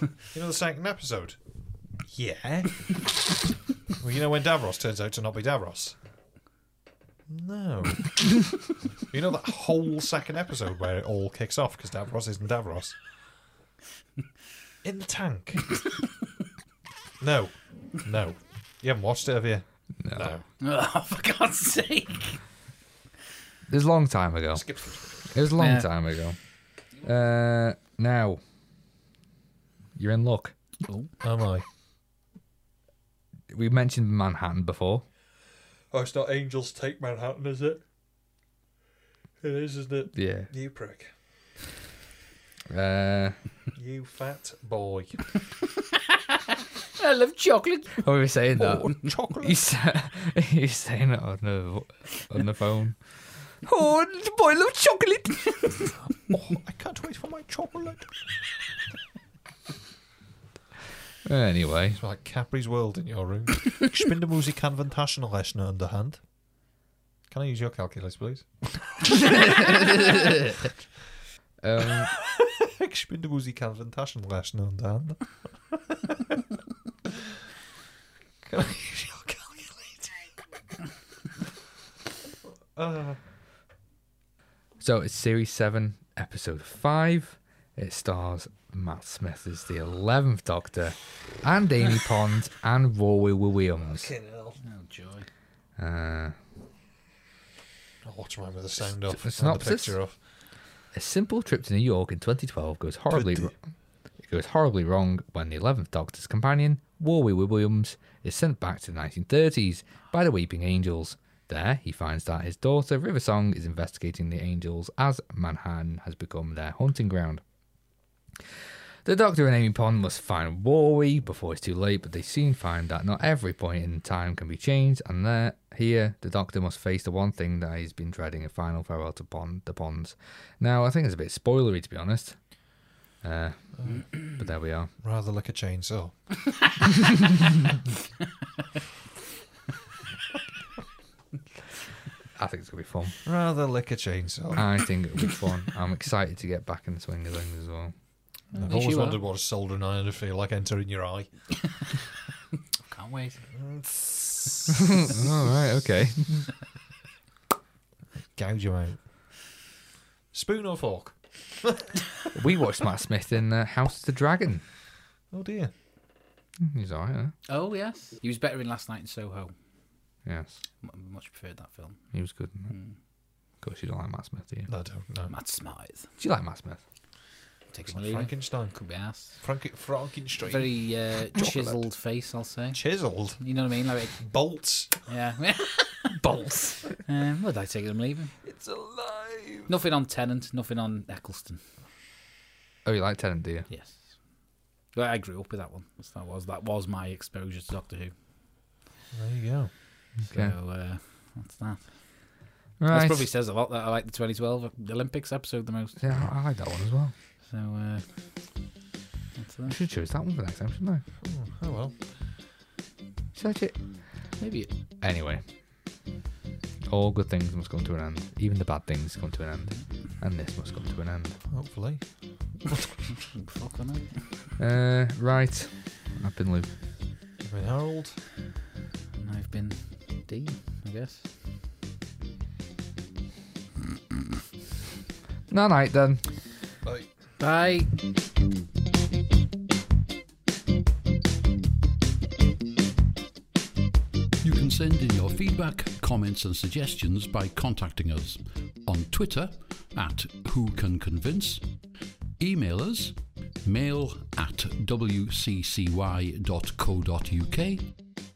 A: You know the second episode? Yeah. well, you know when Davros turns out to not be Davros? No. you know that whole second episode where it all kicks off because Davros isn't Davros? In the tank. no. No. You haven't watched it, have you? No.
D: Oh, for God's sake!
E: It was a long time ago.
A: Skip, skip,
E: It was a long
D: Yeah.
E: time ago. Uh, now, you're in luck.
D: Oh.
A: Am I?
E: We mentioned Manhattan before.
A: Oh, it's not Angels Take Manhattan, is it? It is, isn't it?
E: Yeah.
A: You prick.
E: Uh,
A: You fat boy.
D: I love chocolate.
E: what were we saying that?
A: Oh, chocolate.
E: You sa- you were saying it on the on the phone.
B: Oh, boy, love chocolate.
A: Oh, I can't wait for my chocolate.
E: Anyway,
A: It's like Capri's World in your room. ich bin der Musikanventation-Rechner in der Hand. Can I use your calculator, please?
E: um,
A: ich bin der Musikanventation-Rechner in der Hand. Can I use your calculator? uh,
E: so it's series seven, episode five. It stars Matt Smith as the eleventh Doctor, and Amy Pond and Roy Williams.
A: hell.
D: Oh joy.
E: Uh,
A: I'll watch mine with the sound off.
E: The
A: and the
E: synopsis.
A: picture off.
E: A simple trip to New York in 2012 goes horribly.
A: Pretty.
E: wr- it goes horribly wrong when the 11th Doctor's companion, Warwick Williams, is sent back to the 1930s by the Weeping Angels. There, he finds that his daughter, Riversong, is investigating the angels as Manhattan has become their hunting ground. The Doctor and Amy Pond must find Warwick before it's too late, but they soon find that not every point in time can be changed, and there, here, the Doctor must face the one thing that he's been dreading a final farewell to Pond, the Ponds. Now, I think it's a bit spoilery, to be honest. Uh, but there we are.
A: Rather like a chainsaw.
E: I think it's going to be fun.
A: Rather like a chainsaw.
E: I think it'll be fun. I'm excited to get back in the swing of things as well.
A: I've always wondered what a soldering iron would feel like entering your eye.
D: Can't wait.
E: All right, okay.
A: Gouge you out. Spoon or fork?
E: we watched Matt Smith in uh, House of the Dragon.
A: Oh dear.
E: He's all right, huh?
D: Oh yes, he was better in Last Night in Soho.
E: Yes,
D: M- much preferred that film.
E: he was good. in that. Of course, you don't like Matt Smith, do you?
A: No, I don't. No.
D: Matt Smythe.
E: Do you like Matt Smith?
D: Take some
A: Frankenstein.
D: Could be asked.
A: Frank- Frankenstein.
D: Very uh,
A: Chocolate.
D: chiseled face, I'll say.
A: Chiseled.
D: You know what I mean? Like
A: bolts.
D: Yeah. bolts. Um, would I take him leaving?
A: It's alive.
D: Nothing on Tennant. Nothing on Eccleston.
E: Oh, you like Tennant, do you?
D: Yes. Well, I grew up with that one. That's- That was that was my exposure to Doctor Who.
A: There you go.
E: Okay.
D: So uh, that's that.
E: Right.
D: That probably says a lot that I like the 2012 Olympics episode the most.
E: Yeah, I I like that one as well.
D: So uh, that's
E: I
D: that.
E: should choose that one for next time, shouldn't I?
A: Oh well.
E: Search it.
D: Maybe it-
E: Anyway, all good things must come to an end. Even the bad things come to an end. And this must come to an end.
A: Hopefully.
D: Fuck, I know.
E: Uh, right. I've been Luke.
A: I mean, Harold.
D: And I've been D, I guess.
E: Night night then.
A: Bye.
D: Bye.
I: You can send in your feedback, comments, and suggestions by contacting us on Twitter at Who Can Convince, email us mail at wccy.co.uk,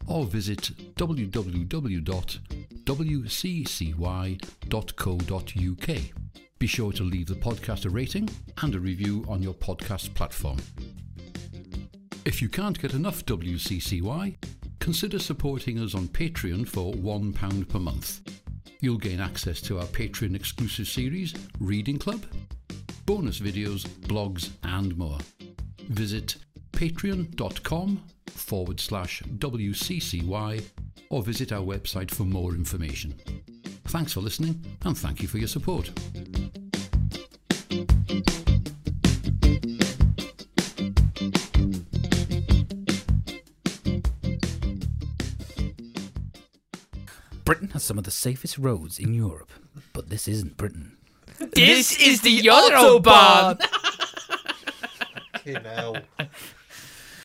I: or visit www.wccy.co.uk. Be sure to leave the podcast a rating and a review on your podcast platform. If you can't get enough WCCY, consider supporting us on Patreon for £1 per month. You'll gain access to our Patreon exclusive series, Reading Club, bonus videos, blogs, and more. Visit patreon.com forward slash WCCY or visit our website for more information. Thanks for listening and thank you for your support.
D: Britain has some of the safest roads in Europe, but this isn't Britain.
N: This is the Autobahn.
A: Fucking hell.